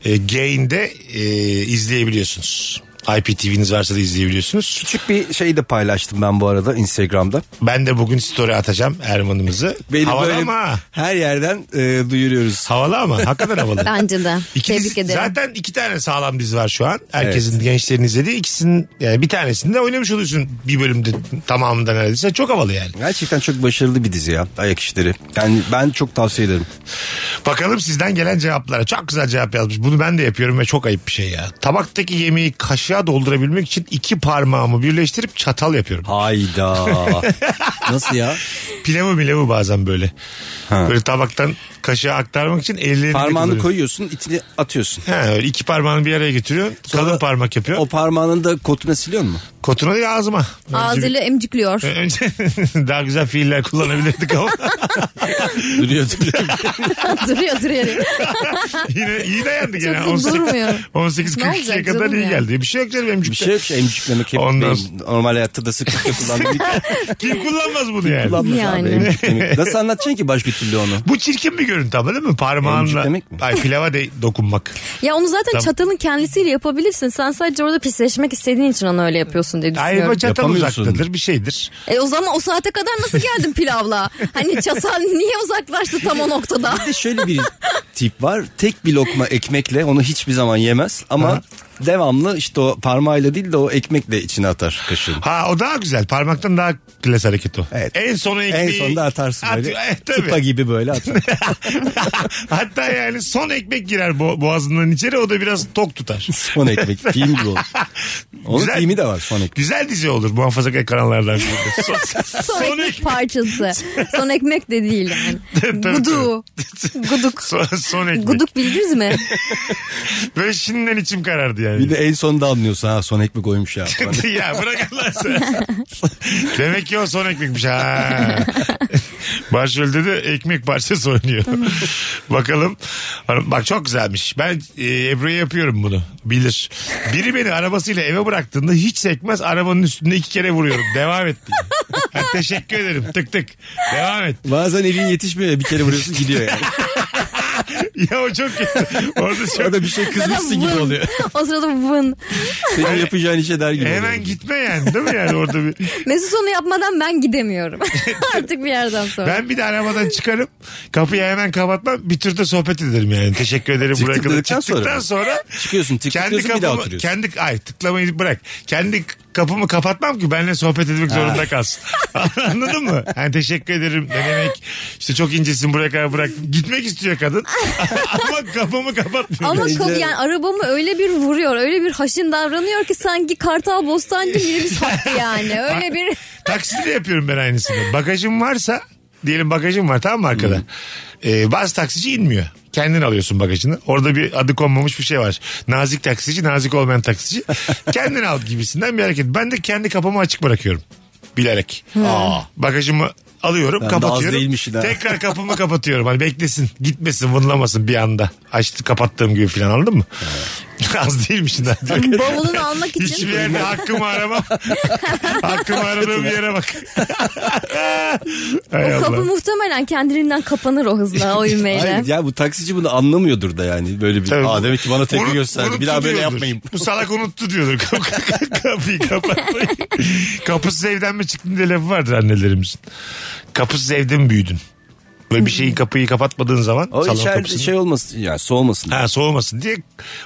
Speaker 3: E, Gain'de e, izleyebiliyorsunuz. IPTV'niz varsa da izleyebiliyorsunuz.
Speaker 4: Küçük bir şey de paylaştım ben bu arada Instagram'da.
Speaker 3: Ben de bugün story atacağım Erman'ımızı.
Speaker 4: Beni
Speaker 3: havalı
Speaker 4: böyle
Speaker 3: ama.
Speaker 4: her yerden e, duyuruyoruz.
Speaker 3: Havalı ama. Hakikaten havalı.
Speaker 5: Bence de.
Speaker 3: İki
Speaker 5: Tebrik
Speaker 3: dizi-
Speaker 5: ederim.
Speaker 3: Zaten iki tane sağlam dizi var şu an. Herkesin gençlerin izlediği ikisinin yani bir tanesinde oynamış oluyorsun bir bölümde tamamında neredeyse. Çok havalı yani.
Speaker 4: Gerçekten çok başarılı bir dizi ya Ayak İşleri. Yani ben çok tavsiye ederim.
Speaker 3: Bakalım sizden gelen cevaplara. Çok güzel cevap yazmış. Bunu ben de yapıyorum ve çok ayıp bir şey ya. Tabaktaki yemeği kaşığa doldurabilmek için iki parmağımı birleştirip çatal yapıyorum.
Speaker 4: Hayda. Nasıl ya?
Speaker 3: Pilavı milavı bazen böyle.
Speaker 4: Ha.
Speaker 3: Böyle tabaktan kaşığa aktarmak için ellerini
Speaker 4: Parmağını koyuyorsun itini atıyorsun.
Speaker 3: Ha, öyle iki parmağını bir araya getiriyor. kalın
Speaker 4: Sonra
Speaker 3: parmak yapıyor.
Speaker 4: O parmağının da kotuna siliyor mu?
Speaker 3: Kotuna değil ağzıma. Önce,
Speaker 5: Ağzıyla emcikliyor.
Speaker 3: bir- önce daha güzel fiiller kullanabilirdik ama
Speaker 4: Duruyor duruyor.
Speaker 5: duruyor duruyor.
Speaker 3: yine iyi dayandı gene.
Speaker 5: Çok
Speaker 3: 18,
Speaker 5: durmuyor.
Speaker 3: 18.42'ye
Speaker 5: olacak
Speaker 3: kadar
Speaker 5: canım
Speaker 3: iyi
Speaker 5: ya?
Speaker 3: geldi. Bir şey yok canım emcikte.
Speaker 4: bir şey yok şey emciklemek hep
Speaker 3: Ondan-
Speaker 4: benim normal hayatta da sıklıkla kullandığım bir
Speaker 3: Kim kullanmaz bunu yani?
Speaker 4: kullanmaz
Speaker 5: Yani.
Speaker 4: abi emciklemek. Nasıl anlatacaksın ki başka türlü onu?
Speaker 3: Bu çirkin bir görüntü ama değil mi? Parmağınla.
Speaker 4: Emciklemek mi?
Speaker 3: Ay pilava de dokunmak.
Speaker 5: Ya onu zaten
Speaker 3: Tamam.
Speaker 5: çatalın kendisiyle yapabilirsin. Sen sadece orada pisleşmek istediğin için onu öyle yapıyorsun diye
Speaker 3: Ay
Speaker 5: düşünüyorum.
Speaker 3: bu çatal
Speaker 4: Yapamıyorsun.
Speaker 3: uzaktadır bir şeydir.
Speaker 5: E o zaman o saate kadar nasıl geldin pilavla? Hani çatal niye uzaklaştı tam o noktada?
Speaker 4: Bir de şöyle bir tip var. Tek bir lokma ekmekle onu hiçbir zaman yemez ama devamlı işte o parmağıyla değil de o ekmekle içine atar kaşığın.
Speaker 3: Ha o daha güzel. Parmaktan daha klas hareket o.
Speaker 4: Evet.
Speaker 3: En sona
Speaker 4: En
Speaker 3: ekmeği.
Speaker 4: sonunda atarsın böyle.
Speaker 3: Atıyor, evet, tabii.
Speaker 4: Tıpa gibi böyle atar.
Speaker 3: Hatta yani son ekmek girer bo- boğazından içeri o da biraz tok tutar.
Speaker 4: son ekmek. Film gibi olur. Onun
Speaker 3: Güzel.
Speaker 4: filmi de var son ekmek.
Speaker 3: Güzel dizi olur muhafazakar kanallardan birinde. Son,
Speaker 5: Son ekmek parçası. Son ekmek de değil yani.
Speaker 3: tabii.
Speaker 5: Gudu. Guduk.
Speaker 3: son, son ekmek.
Speaker 5: Guduk bildiniz mi?
Speaker 3: Böyle şimdiden içim karardı
Speaker 4: Bir
Speaker 3: yani.
Speaker 4: de en sonda anlıyorsun ha son ekmek koymuş ya. falan.
Speaker 3: ya bırak Allah'ını seversen. Demek ki o son ekmekmiş ha. Başrolde de ekmek parçası oynuyor. Bakalım. Hanım- Bak çok güzelmiş. Ben e, Ebru'ya yapıyorum bunu. Bilir. Biri beni arabasıyla eve bıraktığında hiç sekmez arabanın üstünde iki kere vuruyorum. Devam et. diye. Ha, teşekkür ederim. Tık tık. Devam et.
Speaker 4: Bazen elin yetişmiyor ya, bir kere vuruyorsun gidiyor yani.
Speaker 3: Ya o çok kötü. Orada çok...
Speaker 4: Orada bir şey kızmışsın gibi
Speaker 5: Vın.
Speaker 4: oluyor.
Speaker 5: O sırada vın.
Speaker 4: Senin yapacağın işe der gibi
Speaker 3: Hemen
Speaker 4: oluyor.
Speaker 3: gitme yani değil mi yani orada bir.
Speaker 5: Mesut onu yapmadan ben gidemiyorum. Artık bir yerden sonra.
Speaker 3: Ben bir de arabadan çıkarım. Kapıyı hemen kapatmam. Bir türde sohbet ederim yani. Teşekkür ederim.
Speaker 4: Çıktık
Speaker 3: buraya kadar.
Speaker 4: dedikten sonra
Speaker 3: Çıktıktan
Speaker 4: mı?
Speaker 3: sonra
Speaker 4: Çıkıyorsun
Speaker 3: kendi
Speaker 4: tıklıyorsun bir daha
Speaker 3: kapımı
Speaker 4: oturuyorsun.
Speaker 3: kendi ay tıklamayı bırak. Kendi kapımı kapatmam ki benimle sohbet etmek zorunda kalsın. Anladın mı? Yani teşekkür ederim. Ne demek? İşte çok incesin buraya kadar bırak. Gitmek istiyor kadın. Ama kapımı kapatmıyor.
Speaker 5: Ama
Speaker 4: Bence-
Speaker 5: kap, yani arabamı öyle bir vuruyor, öyle bir haşin davranıyor ki sanki Kartal Bostancı minibüs hattı yani. Öyle bir
Speaker 3: Takside de yapıyorum ben aynısını. Bagajım varsa diyelim bagajım var tamam mı arkada? Ee, bazı taksici inmiyor. Kendin alıyorsun bagajını. Orada bir adı konmamış bir şey var. Nazik taksici, nazik olmayan taksici. Kendin al gibisinden bir hareket. Ben de kendi kapımı açık bırakıyorum. Bilerek. Aa, bagajımı alıyorum,
Speaker 4: Ben de az
Speaker 3: kapatıyorum.
Speaker 4: değilmişim ha.
Speaker 3: Tekrar kapımı kapatıyorum. Hani beklesin, gitmesin, vınlamasın bir anda. Açtı, kapattığım gibi falan anladın mı? Az değilmiş daha.
Speaker 5: Bavulunu almak için
Speaker 3: Hiçbir yerde hakkımı aramam. hakkımı aradığım yere bak. Hay
Speaker 5: o
Speaker 3: Allah.
Speaker 5: kapı muhtemelen kendiliğinden kapanır o hızla o ivmeyle.
Speaker 4: Hayır ya bu taksici bunu anlamıyordur da yani böyle bir.
Speaker 3: Tabii bu-
Speaker 4: Aa demek ki bana tepki
Speaker 3: Unut-
Speaker 4: gösterdi.
Speaker 3: unuttu
Speaker 4: Bir daha böyle
Speaker 3: diyordur.
Speaker 4: yapmayayım.
Speaker 3: Bu salak unuttu diyordur. Kap- Kapıyı kapatmayı. Kapısız evden mi çıktın diye lafı vardır annelerimizin. Kapısız evde mi büyüdün? Böyle bir şeyi kapıyı kapatmadığın zaman
Speaker 4: O
Speaker 3: salon
Speaker 4: içeride
Speaker 3: kapısını.
Speaker 4: şey olmasın yani soğumasın.
Speaker 3: Ha soğumasın diye.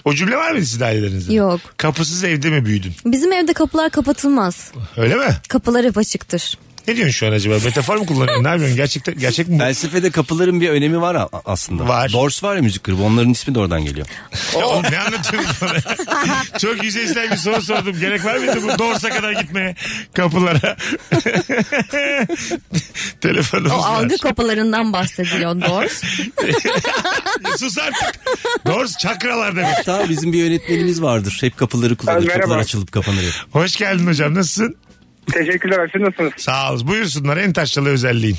Speaker 3: O cümle var mıydı sizin ailelerinizde?
Speaker 5: Yok.
Speaker 3: Kapısız evde mi büyüdün?
Speaker 5: Bizim evde kapılar kapatılmaz.
Speaker 3: Öyle mi?
Speaker 5: Kapılar hep açıktır.
Speaker 3: Ne diyorsun şu an acaba? Metafor mu kullanıyorsun? ne yapıyorsun? Gerçekten, gerçek mi? bu?
Speaker 4: Felsefede kapıların bir önemi var a- aslında.
Speaker 3: Var.
Speaker 4: Doors var ya müzik grubu onların ismi de oradan geliyor.
Speaker 3: Ya oğlum ne anlatıyorsun bana? Çok yüzeysel bir soru sordum. Gerek var mıydı bu Dorsa kadar gitmeye kapılara? Telefonumuz
Speaker 5: O
Speaker 3: var.
Speaker 5: algı kapılarından bahsediliyor Dors.
Speaker 3: E, Sus artık. Dors çakralar demek.
Speaker 4: Hatta bizim bir yönetmenimiz vardır. Hep kapıları kullanır.
Speaker 6: Merhaba.
Speaker 4: Kapılar açılıp kapanır. hep.
Speaker 3: Hoş geldin hocam nasılsın?
Speaker 6: Teşekkürler abi siz nasılsınız?
Speaker 3: Sağ ol. Buyursunlar en taşralı özelliğin.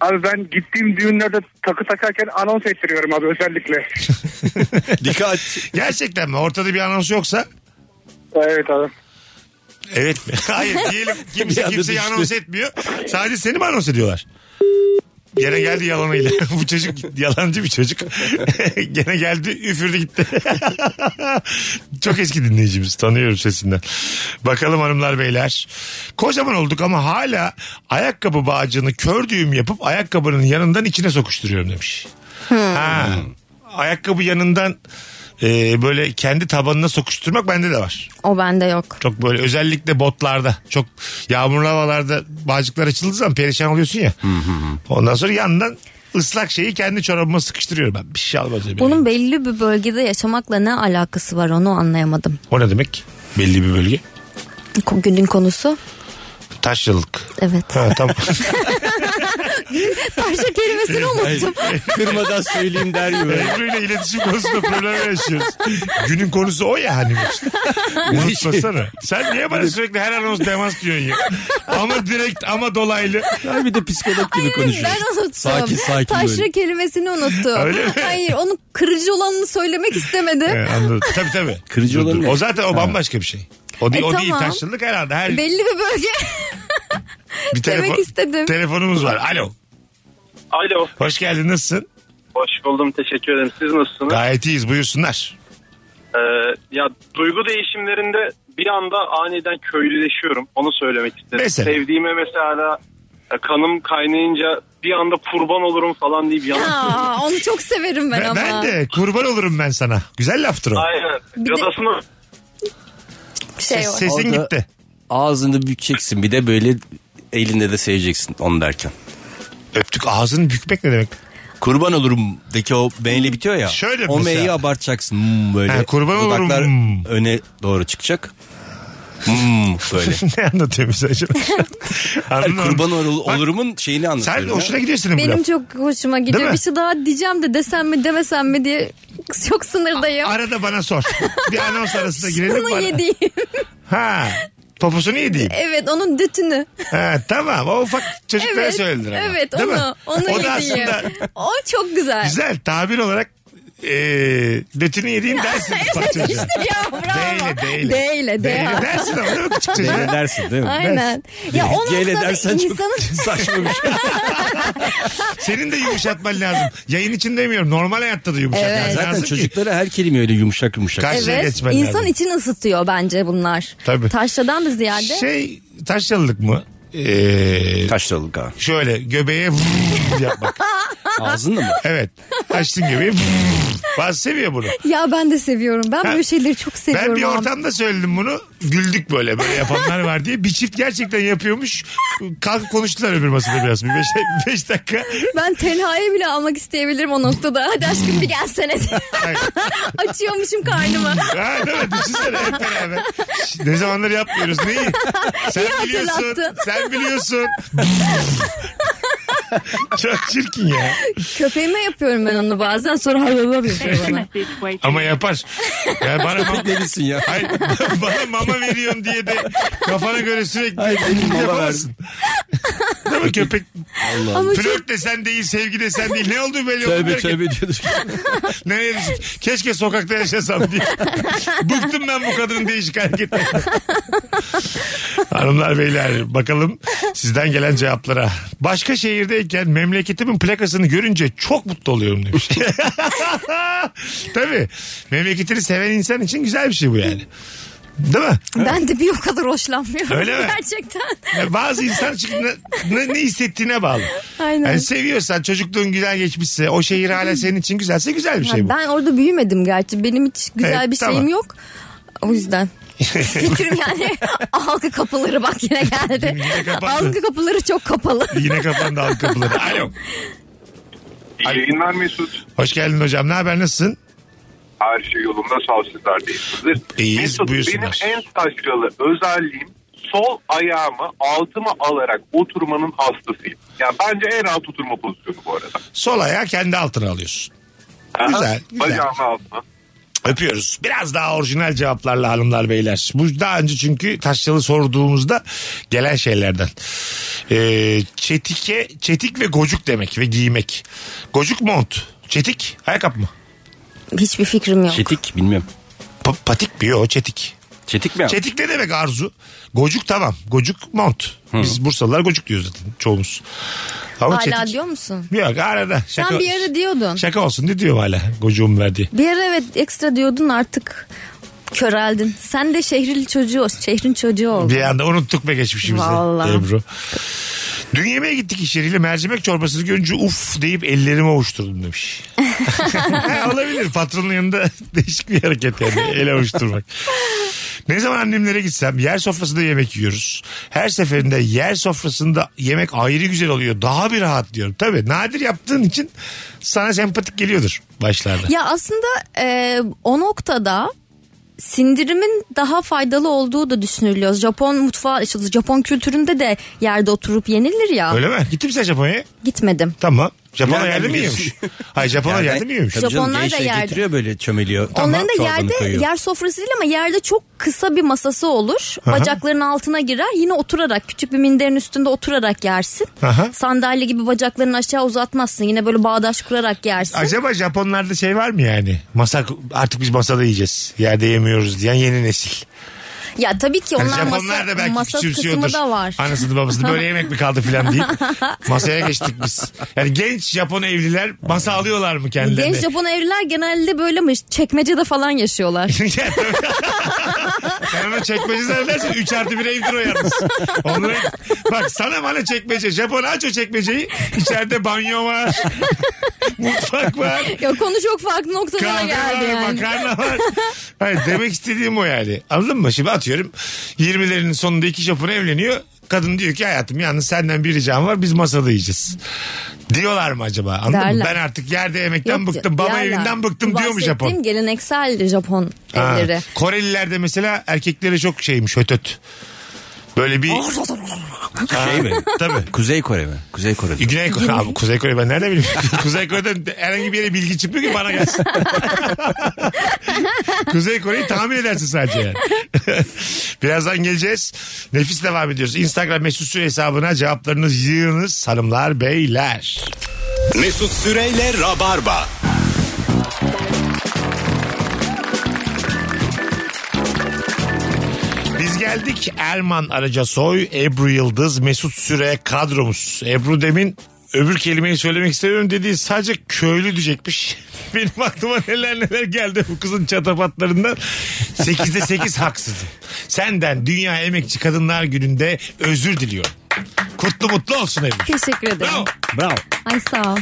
Speaker 6: Abi ben gittiğim düğünlerde takı takarken anons ettiriyorum abi özellikle.
Speaker 4: Dikkat.
Speaker 3: Gerçekten mi? Ortada bir anons yoksa?
Speaker 6: evet abi.
Speaker 3: Evet mi? Hayır diyelim
Speaker 4: Bir
Speaker 3: kimse
Speaker 4: anda
Speaker 3: kimseyi
Speaker 4: düştü.
Speaker 3: anons etmiyor. Sadece seni mi anons ediyorlar? Gene geldi yalanıyla. Bu çocuk yalancı bir çocuk. Gene geldi üfürdü gitti. Çok eski dinleyicimiz tanıyorum sesinden. Bakalım hanımlar beyler. Kocaman olduk ama hala ayakkabı bağcığını kör düğüm yapıp ayakkabının yanından içine sokuşturuyorum demiş. Ha, ayakkabı yanından e, böyle kendi tabanına sokuşturmak bende de var.
Speaker 5: O bende yok.
Speaker 3: Çok böyle özellikle botlarda çok yağmurlu havalarda bağcıklar açıldığı zaman perişan oluyorsun ya. Ondan sonra yandan ıslak şeyi kendi çorabıma sıkıştırıyorum ben. Bir şey almaz. öyle.
Speaker 5: Bunun belli bir bölgede yaşamakla ne alakası var onu anlayamadım.
Speaker 3: O ne demek? Belli bir bölge.
Speaker 5: Ko- Günün konusu
Speaker 3: Taşralık.
Speaker 5: evet.
Speaker 3: Ha tamam.
Speaker 5: Parça kelimesini unuttum.
Speaker 4: Kırmadan söyleyeyim der gibi.
Speaker 3: Ebru ile iletişim konusunda problem yaşıyoruz. Günün konusu o ya hani. Unutmasana. Sen niye bana sürekli her anons demans diyorsun ya? Ama direkt ama dolaylı.
Speaker 4: Ya bir de psikolog gibi konuşuyor.
Speaker 5: Ben unuttum.
Speaker 4: Sakin sakin
Speaker 5: Taşra
Speaker 4: böyle.
Speaker 5: kelimesini unuttum.
Speaker 3: Öyle mi?
Speaker 5: Hayır onu kırıcı olanını söylemek
Speaker 3: He,
Speaker 5: istemedim.
Speaker 3: anladım. Tabii tabii.
Speaker 4: Kırıcı
Speaker 3: Dur,
Speaker 4: olan
Speaker 3: dur.
Speaker 4: ne?
Speaker 3: O zaten o bambaşka bir şey. O, değil,
Speaker 5: E,
Speaker 3: o değil
Speaker 5: tamam.
Speaker 3: taşralık herhalde. Her
Speaker 5: belli bir bölge.
Speaker 3: Bir
Speaker 5: Demek istedim.
Speaker 3: Telefonumuz var. Alo.
Speaker 7: Alo.
Speaker 3: Hoş geldin nasılsın?
Speaker 7: Hoş buldum. Teşekkür ederim. Siz nasılsınız?
Speaker 3: Gayet iyiyiz buyursunlar.
Speaker 7: Ee, ya duygu değişimlerinde bir anda aniden köylüleşiyorum. Onu söylemek istedim.
Speaker 3: Mesela?
Speaker 7: Sevdiğime mesela e, kanım kaynayınca bir anda kurban olurum falan deyip yalan.
Speaker 5: Aa, onu çok severim ben,
Speaker 3: Ben,
Speaker 5: ama.
Speaker 3: ben de kurban olurum ben sana. Güzel laftır o.
Speaker 7: Aynen.
Speaker 5: Bir de-
Speaker 7: Gadasını
Speaker 5: Şey var.
Speaker 3: Sesin
Speaker 4: Orada-
Speaker 3: gitti.
Speaker 4: Ağzını bükeceksin bir de böyle elinde de seveceksin onu derken.
Speaker 3: Öptük ağzını bükmek ne demek?
Speaker 4: Kurban olurumdaki o beyle bitiyor ya.
Speaker 3: Şöyle
Speaker 4: o
Speaker 3: mesela.
Speaker 4: meyi abartacaksın. Hmm, böyle
Speaker 3: Ha, kurban olurum.
Speaker 4: dudaklar
Speaker 3: Hmm.
Speaker 4: öne doğru çıkacak. Hmm, böyle.
Speaker 3: ne anlatıyor bize acaba?
Speaker 4: Yani
Speaker 3: Anladın mı?
Speaker 4: kurban ol-
Speaker 3: Bak,
Speaker 4: olurumun şeyini
Speaker 3: Sen
Speaker 4: anlatıyorum. ya.
Speaker 3: hoşuna gidiyor senin bu
Speaker 5: Benim
Speaker 3: laf.
Speaker 5: çok hoşuma
Speaker 3: Değil
Speaker 5: gidiyor.
Speaker 3: mi?
Speaker 5: Bir şey daha diyeceğim de desem mi demesem mi diye çok sınırdayım.
Speaker 3: Arada bana sor. Bir anons arasına girelim
Speaker 5: Bunu
Speaker 3: bana.
Speaker 5: yediğim.
Speaker 3: Ha. Poposunu yediğim.
Speaker 5: Evet onun dütünü.
Speaker 3: Ha, tamam o ufak çocuklara
Speaker 5: Evet.
Speaker 3: söylenir ama.
Speaker 5: Evet
Speaker 3: Değil
Speaker 5: onu.
Speaker 3: mi?
Speaker 5: Onu
Speaker 3: o da
Speaker 5: yediğim.
Speaker 3: aslında
Speaker 5: O çok güzel.
Speaker 3: güzel tabir olarak e, detini yediğim dersin. ufak
Speaker 5: evet
Speaker 3: çocuğa.
Speaker 5: işte ya bravo.
Speaker 3: Deyle, deyle.
Speaker 5: Deyle. deyle.
Speaker 3: Değeri dersin ama değil mi küçük
Speaker 4: Gel
Speaker 3: çocuğa?
Speaker 4: dersin değil mi?
Speaker 5: Aynen. Ya
Speaker 4: Gel
Speaker 5: o noktada
Speaker 4: edersen çok
Speaker 5: insanın
Speaker 4: saçma bir şey.
Speaker 3: Senin de yumuşatman lazım. Yayın için demiyorum. Normal hayatta da yumuşatman
Speaker 5: Evet.
Speaker 3: lazım.
Speaker 4: Zaten
Speaker 3: ki-
Speaker 4: çocuklara her kelime öyle yumuşak yumuşak.
Speaker 3: Kaç- Taşla
Speaker 5: evet,
Speaker 3: geçmen
Speaker 5: insan
Speaker 3: lazım.
Speaker 5: için ısıtıyor bence bunlar.
Speaker 3: Tabii.
Speaker 5: Taşladan da ziyade
Speaker 3: Şey taşralılık mı? Ee,
Speaker 4: Taşralık ha.
Speaker 3: şöyle göbeğe vuv yapmak.
Speaker 4: Ağzında mı?
Speaker 3: Evet. Açtın göbeği. vuv. Bazı seviyor bunu.
Speaker 5: ya ben de seviyorum. Ben
Speaker 3: Ha.
Speaker 5: böyle şeyleri çok seviyorum.
Speaker 3: Ben bir
Speaker 5: abi.
Speaker 3: ortamda söyledim bunu. Güldük böyle böyle yapanlar var diye. Bir çift gerçekten yapıyormuş. Kalk konuştular öbür masada biraz. Bir beş, beş dakika.
Speaker 5: Ben tenhayı bile almak isteyebilirim o noktada. Hadi aşkım bir gelsene. Açıyormuşum karnımı.
Speaker 3: Ha değil mi? Düşünsene hep beraber. Ne zamanlar yapmıyoruz. Neyi? Sen
Speaker 5: İyi
Speaker 3: biliyorsun.
Speaker 5: hatırlattın.
Speaker 3: Sen biliyorsun. Çok çirkin ya.
Speaker 5: Köpeğime yapıyorum ben onu bazen sonra şey. hayvanlar yapıyor bana.
Speaker 3: Ama yapar. Ya bana mama,
Speaker 4: Ne bilsin ya?
Speaker 3: Hayır, bana mama veriyorsun diye de kafana göre sürekli
Speaker 4: Hayır, benim mama
Speaker 3: yapamazsın. mı köpek?
Speaker 5: Ama çok
Speaker 3: Flört desen değil, sevgi desen değil. Ne oldu belli oldu.
Speaker 8: Tövbe
Speaker 3: derken
Speaker 8: tövbe diyordur.
Speaker 3: Nereye düştük? Keşke sokakta yaşasam diye. Bıktım ben bu kadının değişik hareketlerinden. Hanımlar beyler bakalım sizden gelen cevaplara. Başka şehirdeyken memleketimin plakasını görünce çok mutlu oluyorum demiş. Tabii memleketini seven insan için güzel bir şey bu yani. Değil mi?
Speaker 5: ben de bir o kadar hoşlanmıyorum.
Speaker 3: Öyle mi?
Speaker 5: Gerçekten.
Speaker 3: Yani bazı insan çünkü ne- ne, ne hissettiğine bağlı.
Speaker 5: Aynen.
Speaker 3: Yani seviyorsan çocukluğun güzel geçmişse o şehir hala senin için güzelse güzel bir şey bu.
Speaker 5: Ha, ben orada büyümedim gerçi. Benim hiç güzel
Speaker 3: Evet,
Speaker 5: bir şeyim
Speaker 3: tamam.
Speaker 5: yok. O yüzden. Fikrim yani algı kapıları bak yine geldi.
Speaker 3: Yine kapandı.
Speaker 5: algı kapıları çok kapalı.
Speaker 3: Yine kapandı alt kapıları. Alo.
Speaker 9: İyi yayınlar Mesut.
Speaker 3: Hoş geldin hocam. Ne haber? Nasılsın?
Speaker 9: Her şey yolunda sağ ol sizler de iyisinizdir.
Speaker 3: İyiyiz,
Speaker 9: Mesut benim
Speaker 3: buyursunlar.
Speaker 9: en saçmalı özelliğim sol ayağımı altıma alarak oturmanın hastasıyım. Yani bence en rahat oturma pozisyonu bu arada.
Speaker 3: Sol ayağı kendi altına alıyorsun.
Speaker 9: Aha,
Speaker 3: Güzel, güzel.
Speaker 9: Bacağımı altına.
Speaker 3: Öpüyoruz. Biraz daha orijinal cevaplarla hanımlar beyler. Bu daha önce çünkü taşyalı sorduğumuzda gelen şeylerden. Ee, çetike, çetik ve gocuk demek ve giymek. Gocuk mont. Çetik ayakkabı mı?
Speaker 5: Hiçbir fikrim
Speaker 3: Şey,
Speaker 5: yok.
Speaker 4: Çetik bilmiyorum.
Speaker 3: Pa- patik mi? Yo çetik.
Speaker 4: Çetik mi? abi?
Speaker 3: Çetik ne demek arzu? Gocuk tamam. Gocuk mont. Biz Bursalılar gocuk diyoruz zaten çoğumuz. Ama
Speaker 5: Hala
Speaker 3: çetik.
Speaker 5: diyor musun?
Speaker 3: Yok arada. Şaka,
Speaker 5: Sen bir ara diyordun.
Speaker 3: Şaka olsun diye diyorum hala gocuğum verdiği.
Speaker 5: Bir ara evet ekstra diyordun artık köreldin. Sen de şehrin çocuğu, şehrin çocuğu oldun.
Speaker 3: Bir anda unuttuk be geçmişimizi.
Speaker 5: Vallahi.
Speaker 3: Ebru. Dün yemeğe gittik iş yeriyle mercimek çorbasını görünce uf deyip ellerimi ovuşturdum demiş. Ha, Olabilir patronun yanında değişik bir hareket yani ele ovuşturmak. Ne zaman annemlere gitsem yer sofrasında yemek yiyoruz. Her seferinde yer sofrasında yemek ayrı güzel oluyor. Daha bir rahat diyorum. Tabii nadir yaptığın için sana sempatik geliyordur başlarda.
Speaker 5: Ya aslında e, o noktada sindirimin daha faydalı olduğu da düşünülüyor. Japon mutfağı, işte Japon kültüründe de yerde oturup yenilir ya.
Speaker 3: Öyle mi? Gittim sen Japonya'ya.
Speaker 5: Gitmedim.
Speaker 3: Tamam. Japonya
Speaker 4: Nereden
Speaker 3: yerde mi
Speaker 4: biliyorsun?
Speaker 3: yiyormuş? Hayır Japonya yerde mi yiyormuş?
Speaker 4: Tabii canım,
Speaker 5: Japonlar da
Speaker 4: gençler
Speaker 5: yerde.
Speaker 4: getiriyor böyle çömeliyor.
Speaker 5: Onların da
Speaker 4: Çorbanı
Speaker 5: yerde
Speaker 4: koyuyor.
Speaker 5: yer sofrası değil ama yerde çok kısa bir masası olur. Bacakların altına girer. Yine oturarak küçük bir minderin üstünde oturarak yersin.
Speaker 3: Aha.
Speaker 5: Sandalye gibi bacaklarını aşağı uzatmazsın. Yine böyle bağdaş kurarak yersin.
Speaker 3: Acaba Japonlarda şey var mı yani? Masa artık biz masada yiyeceğiz. Yerde yemiyoruz diyen yeni nesil.
Speaker 5: ya tabii ki
Speaker 3: Yani
Speaker 5: onlar
Speaker 3: Japonlar da
Speaker 5: masa,
Speaker 3: belki
Speaker 5: masa
Speaker 3: küçümsüyordur. Hani
Speaker 5: kısmı da var.
Speaker 3: Anasını babasını böyle yemek mi kaldı filan deyip masaya geçtik biz. Yani genç Japon evliler masa alıyorlar mı kendilerine?
Speaker 5: Genç Japon evliler genelde böyle mi çekmecede falan yaşıyorlar.
Speaker 3: Ya tabii. Sen ona çekmece zannedersin 3 artı 1 evdir o yalnız. Onları, bak sana bana çekmece. Japon aç o çekmeceyi. İçeride banyo var. mutfak var.
Speaker 5: ya konu çok farklı noktalara
Speaker 3: Kahve
Speaker 5: geldi
Speaker 3: var,
Speaker 5: yani.
Speaker 3: makarna var. Hayır, demek istediğim o yani. Anladın mı? Şimdi atıyorum 20'lerin sonunda iki Japon evleniyor. Kadın diyor ki hayatım yalnız senden bir ricam var biz masada yiyeceğiz. Diyorlar mı acaba? Anladın mı?
Speaker 5: Derler.
Speaker 3: Ben artık yerde yemekten
Speaker 5: Yok,
Speaker 3: bıktım. Baba
Speaker 5: yerler.
Speaker 3: evinden bıktım
Speaker 5: Bu
Speaker 3: diyor mu Japon?
Speaker 5: bahsettiğim geleneksel Japon
Speaker 3: Ha.
Speaker 5: evleri.
Speaker 3: Koreliler de mesela erkeklere çok şeymiş hötöt. Böyle bir...
Speaker 4: Şey mi?
Speaker 3: Tabii.
Speaker 4: Kuzey Kore mi? Kuzey Kore.
Speaker 3: Güney Kore. Abi, Kuzey Kore ben nereden bileyim? Kuzey Kore'den herhangi bir yere bilgi çıkmıyor ki bana gelsin. Kuzey Kore'yi tahmin edersin sadece yani. Birazdan geleceğiz. Nefis devam ediyoruz. Instagram mesut süre hesabına cevaplarınız yığınız hanımlar beyler.
Speaker 2: Mesut Süreyle Rabarba.
Speaker 3: Biz geldik Erman Araca Soy, Ebru Yıldız, Mesut Süre kadromuz. Ebru demin öbür kelimeyi söylemek istemiyorum dediği sadece köylü diyecekmiş. Benim aklıma neler neler geldi bu kızın çatapatlarından. 8'de 8 haksızım. Senden Dünya Emekçi Kadınlar Günü'nde özür diliyorum. Kutlu mutlu olsun Ebru.
Speaker 5: Teşekkür ederim.
Speaker 3: Bravo.
Speaker 4: Bravo.
Speaker 5: Ay sağ ol.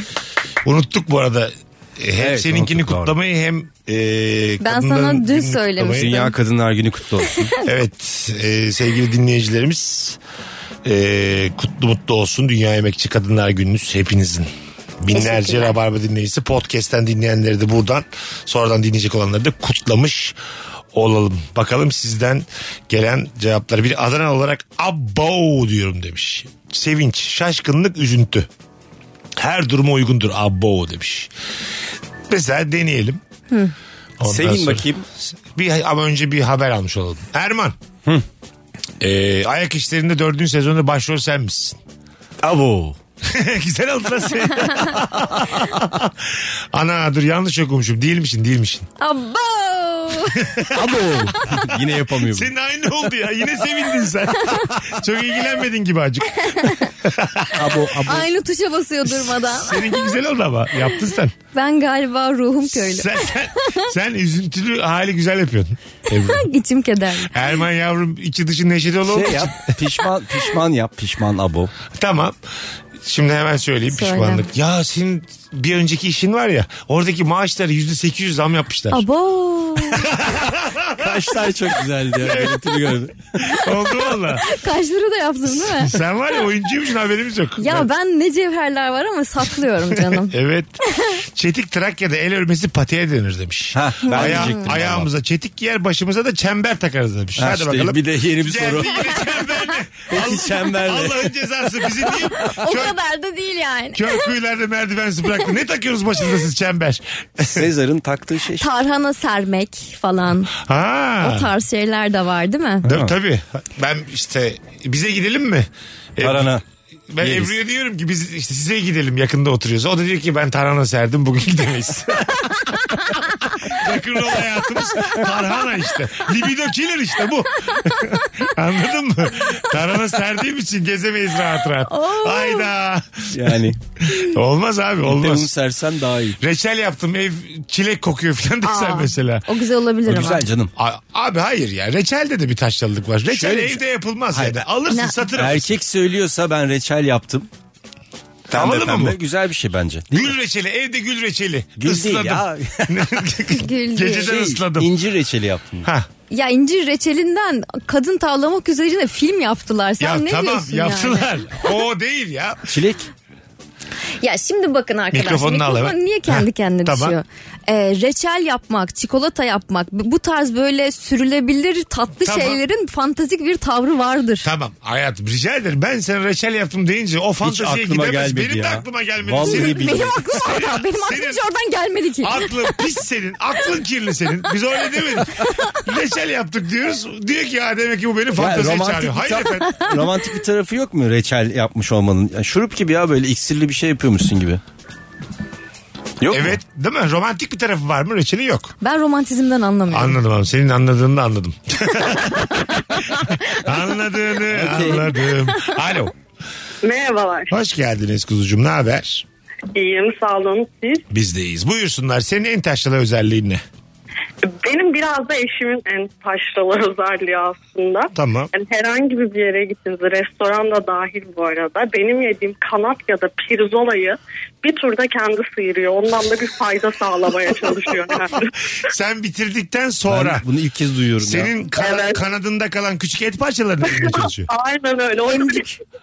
Speaker 3: Unuttuk bu arada. Hem
Speaker 4: Evet,
Speaker 3: seninkini
Speaker 4: unuttuk, doğru.
Speaker 3: kutlamayı hem e,
Speaker 5: Ben
Speaker 3: kadınların
Speaker 5: sana dün
Speaker 3: gününü
Speaker 5: söylemiştim.
Speaker 3: kutlamayı.
Speaker 4: Dünya Kadınlar Günü kutlu olsun.
Speaker 3: Evet e, sevgili dinleyicilerimiz e, kutlu mutlu olsun Dünya Emekçi Kadınlar Gününüz hepinizin. Binlerce
Speaker 5: Teşekkürler.
Speaker 3: Rabarba dinleyicisi podcast'ten dinleyenleri de buradan sonradan dinleyecek olanları da kutlamış olalım. Bakalım sizden gelen cevapları. Bir Adana olarak abbo diyorum demiş. Sevinç, şaşkınlık, üzüntü. Her duruma uygundur abbo demiş. Mesela deneyelim. Ondan
Speaker 4: Sevin
Speaker 3: sonra-
Speaker 4: bakayım.
Speaker 3: bir ama önce bir haber almış olalım. Erman. Ee, ayak işlerinde dördüncü sezonda başrol sen misin?
Speaker 4: Abo.
Speaker 3: Güzel oldu lan senin. Ana dur yanlış okumuşum. Değilmişin değilmişin.
Speaker 5: Abo.
Speaker 4: Abo. Yine yapamıyorum.
Speaker 3: Senin aynı oldu ya. Yine sevindin sen. Çok ilgilenmedin gibi acık.
Speaker 4: Abo, abo.
Speaker 5: Aynı tuşa basıyor durmadan.
Speaker 3: Seninki güzel oldu ama. Yaptın sen.
Speaker 5: Ben galiba ruhum köylü.
Speaker 3: Sen, sen, sen üzüntülü hali güzel yapıyorsun.
Speaker 5: İçim kederli.
Speaker 3: Erman yavrum içi dışı neşeli ol.
Speaker 4: Şey yap. Pişman, pişman yap. Pişman abo.
Speaker 3: Tamam. Şimdi hemen söyleyeyim
Speaker 5: Söyle.
Speaker 3: pişmanlık. Ya senin bir önceki işin var ya oradaki maaşları yüzde sekiz zam yapmışlar.
Speaker 5: Abo.
Speaker 4: Kaşlar çok güzeldi ya. Belirtili gördüm.
Speaker 3: Oldu valla.
Speaker 5: Kaç lira da yaptın değil mi?
Speaker 3: Sen var ya oyuncuymuşsun haberimiz yok.
Speaker 5: Ya ben ne cevherler var ama saklıyorum canım.
Speaker 3: Evet. Çetik Trakya'da el örmesi patiye denir demiş.
Speaker 4: Ha, ben
Speaker 3: Aya-
Speaker 4: diyecektim
Speaker 3: ayağımıza çetik giyer başımıza da çember takarız demiş.
Speaker 4: Ha
Speaker 3: Hadi
Speaker 4: işte,
Speaker 3: bakalım.
Speaker 4: Bir de yeni bir soru.
Speaker 3: Geldi yine çemberle.
Speaker 4: Peki çemberle.
Speaker 3: Allah'ın cezası bizi niye
Speaker 5: O
Speaker 3: kör,
Speaker 5: kadar da değil yani.
Speaker 3: kör kuyularda merdivensiz bıraktı. Ne takıyoruz başınıza siz çember?
Speaker 4: Sezar'ın taktığı şey.
Speaker 5: Tarhana sermek falan.
Speaker 3: Ha.
Speaker 5: O tarz şeyler de var değil mi?
Speaker 3: Tabii, tabii. Ben işte bize gidelim mi? Ebru-
Speaker 4: Tarhana.
Speaker 3: Ben
Speaker 4: yeriz.
Speaker 3: Ebru'ya diyorum ki biz işte size gidelim yakında oturuyoruz. O da diyor ki ben tarhana serdim bugün gidemeyiz. Yakın rol hayatımız tarhana işte. Libido killer işte bu. Anladın mı? Tarhana serdiğim için gezemeyiz rahat rahat.
Speaker 5: Oh.
Speaker 3: Hayda.
Speaker 4: Yani.
Speaker 3: Olmaz abi
Speaker 4: Olmaz.
Speaker 3: olmaz.
Speaker 4: sersen daha iyi.
Speaker 3: Reçel yaptım ev çilek kokuyor falan desen
Speaker 5: Aa,
Speaker 3: mesela.
Speaker 5: O güzel olabilir ama.
Speaker 4: Güzel canım.
Speaker 3: A- Abi hayır ya reçelde de bir taşralık var. Reçel
Speaker 4: Şöyle bir şey-
Speaker 3: evde yapılmaz yani. Alırsın
Speaker 5: Ne-
Speaker 3: satır alırsın.
Speaker 4: Erkek söylüyorsa ben reçel yaptım. Pembe
Speaker 3: Havalı mı
Speaker 4: pembe.
Speaker 3: bu?
Speaker 4: Güzel bir şey bence. Değil mi?
Speaker 3: Gül reçeli evde gül reçeli.
Speaker 4: Gül
Speaker 3: Isladım.
Speaker 4: değil ya. Şey,
Speaker 5: Gül
Speaker 3: Geceden
Speaker 5: değil.
Speaker 3: ısladım.
Speaker 4: İncir reçeli yaptım.
Speaker 3: ha.
Speaker 5: Ya incir reçelinden kadın tavlamak üzerine film yaptılar. Sen
Speaker 3: ya
Speaker 5: ne
Speaker 3: tamam
Speaker 5: diyorsun yani?
Speaker 3: yaptılar. o değil ya.
Speaker 4: Çilek.
Speaker 5: Ya şimdi bakın arkadaşlar
Speaker 3: Mikrofonunu al
Speaker 5: mikrofon
Speaker 3: hemen.
Speaker 5: niye kendi
Speaker 3: Heh,
Speaker 5: kendine
Speaker 3: tamam.
Speaker 5: düşüyor? Ee, reçel yapmak, çikolata yapmak bu bu tarz böyle sürülebilir tatlı
Speaker 3: Tamam.
Speaker 5: şeylerin fantastik bir tavrı vardır.
Speaker 3: Tamam hayatım rica ederim. Ben sana reçel yaptım deyince o
Speaker 4: Hiç
Speaker 3: fanteziye
Speaker 4: aklıma
Speaker 3: gidemez.
Speaker 4: gelmedi
Speaker 3: Benim de
Speaker 4: ya.
Speaker 3: aklıma gelmedi.
Speaker 4: Vallahi
Speaker 3: Senin
Speaker 4: billahi.
Speaker 5: Benim aklım orada. Benim aklım
Speaker 3: Senin-
Speaker 5: hiç oradan gelmedi ki.
Speaker 3: Aklın pis senin. Aklın kirli senin. Biz öyle demedik. Reçel yaptık diyoruz. Diyor ki ya demek ki bu beni
Speaker 4: Ya
Speaker 3: fanteziye
Speaker 4: romantik,
Speaker 3: çağırıyor.
Speaker 4: bir
Speaker 3: Hayır efendim.
Speaker 4: ta- romantik bir tarafı yok mu reçel yapmış olmanın? Ya şurup gibi ya böyle iksirli bir şey yapıyormuşsun gibi. Yok mu?
Speaker 3: Evet değil mi? Romantik bir tarafı var mı? Reçeli yok.
Speaker 5: Ben romantizmden anlamıyorum.
Speaker 3: Anladım abi. Senin anladığını da anladım. Anladığını anladım. Alo.
Speaker 8: Merhabalar.
Speaker 3: Hoş geldiniz kuzucuğum. Ne haber?
Speaker 8: İyiyim sağ olun siz.
Speaker 3: Bizdeyiz. Buyursunlar. Senin en taşralı özelliğin ne?
Speaker 8: Benim biraz da eşimin en taşralı özelliği aslında.
Speaker 3: Tamam.
Speaker 8: Yani herhangi bir yere gittiğinizde restoran da dahil bu arada benim yediğim kanat ya da pirzolayı bir turda kendi sıyırıyor. Ondan da bir fayda sağlamaya çalışıyor. Yani.
Speaker 3: Sen bitirdikten
Speaker 4: Ben
Speaker 3: sonra
Speaker 4: bunu ilk kez duyuyorum ya.
Speaker 3: senin kana-
Speaker 8: Evet.
Speaker 3: kanadında kalan küçük et parçalarını yemeye çalışıyor.
Speaker 8: Aynen öyle. Orada bir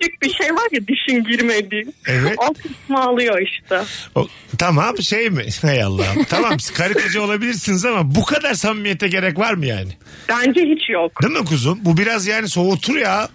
Speaker 8: küçük bir şey var ya dişin girmediği.
Speaker 3: Evet.
Speaker 8: O kısmı alıyor işte.
Speaker 3: O- tamam şey mi? Hay Allah'ım. Tamam siz karı koca olabilirsiniz ama bu kadar samimiyete gerek var mı yani?
Speaker 8: Bence hiç yok.
Speaker 3: Değil mi kuzum? Bu biraz yani soğutur ya.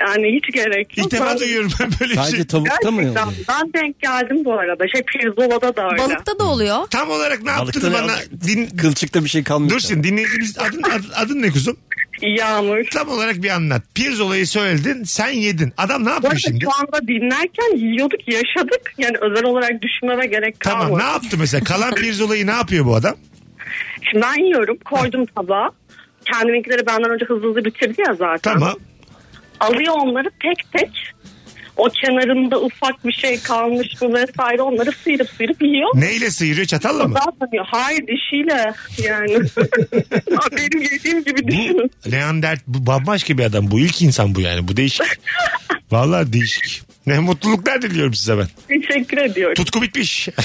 Speaker 8: Yani hiç gerek yok.
Speaker 3: İlk defa
Speaker 8: Ben-
Speaker 3: duyuyorum ben böyle bir şey.
Speaker 4: Sadece tavukta mı?
Speaker 8: Gerçekten
Speaker 4: oluyor?
Speaker 8: ben denk geldim bu arada. Şey pirzolada da öyle.
Speaker 5: Balıkta da oluyor.
Speaker 3: Tam olarak ne
Speaker 4: Balıkta
Speaker 3: yaptın
Speaker 4: ne
Speaker 3: bana?
Speaker 4: yaptın?
Speaker 3: Din,
Speaker 4: Kılçıkta bir şey kalmıyor.
Speaker 3: dur şimdi dinleyicimiz adın, adın, adın ne kuzum?
Speaker 8: Yağmur.
Speaker 3: Tam olarak bir anlat. Pirzolayı söyledin sen yedin. Adam ne
Speaker 8: Bu
Speaker 3: yapıyor
Speaker 8: arada
Speaker 3: şimdi?
Speaker 8: şu anda dinlerken yiyorduk yaşadık. Yani özel olarak düşünmeme gerek kalmadı.
Speaker 3: Tamam ne yaptı mesela? Kalan pirzolayı ne yapıyor bu adam?
Speaker 8: Şimdi ben yiyorum koydum tabağa. Kendiminkileri benden önce hızlı hızlı bitirdi ya zaten.
Speaker 3: Tamam.
Speaker 8: Alıyor onları tek tek. O kenarında ufak bir şey kalmış mı vesaire onları sıyırıp sıyırıp yiyor.
Speaker 3: Neyle sıyırıyor çatalla mı?
Speaker 8: Zaten yiyor. Hayır dişiyle yani. Benim yediğim gibi düşünün.
Speaker 3: Leander bu bambaşka bir adam bu ilk insan bu yani bu değişik. Vallahi değişik. Ne mutluluklar diliyorum size ben.
Speaker 8: Teşekkür ediyorum.
Speaker 3: Tutku bitmiş.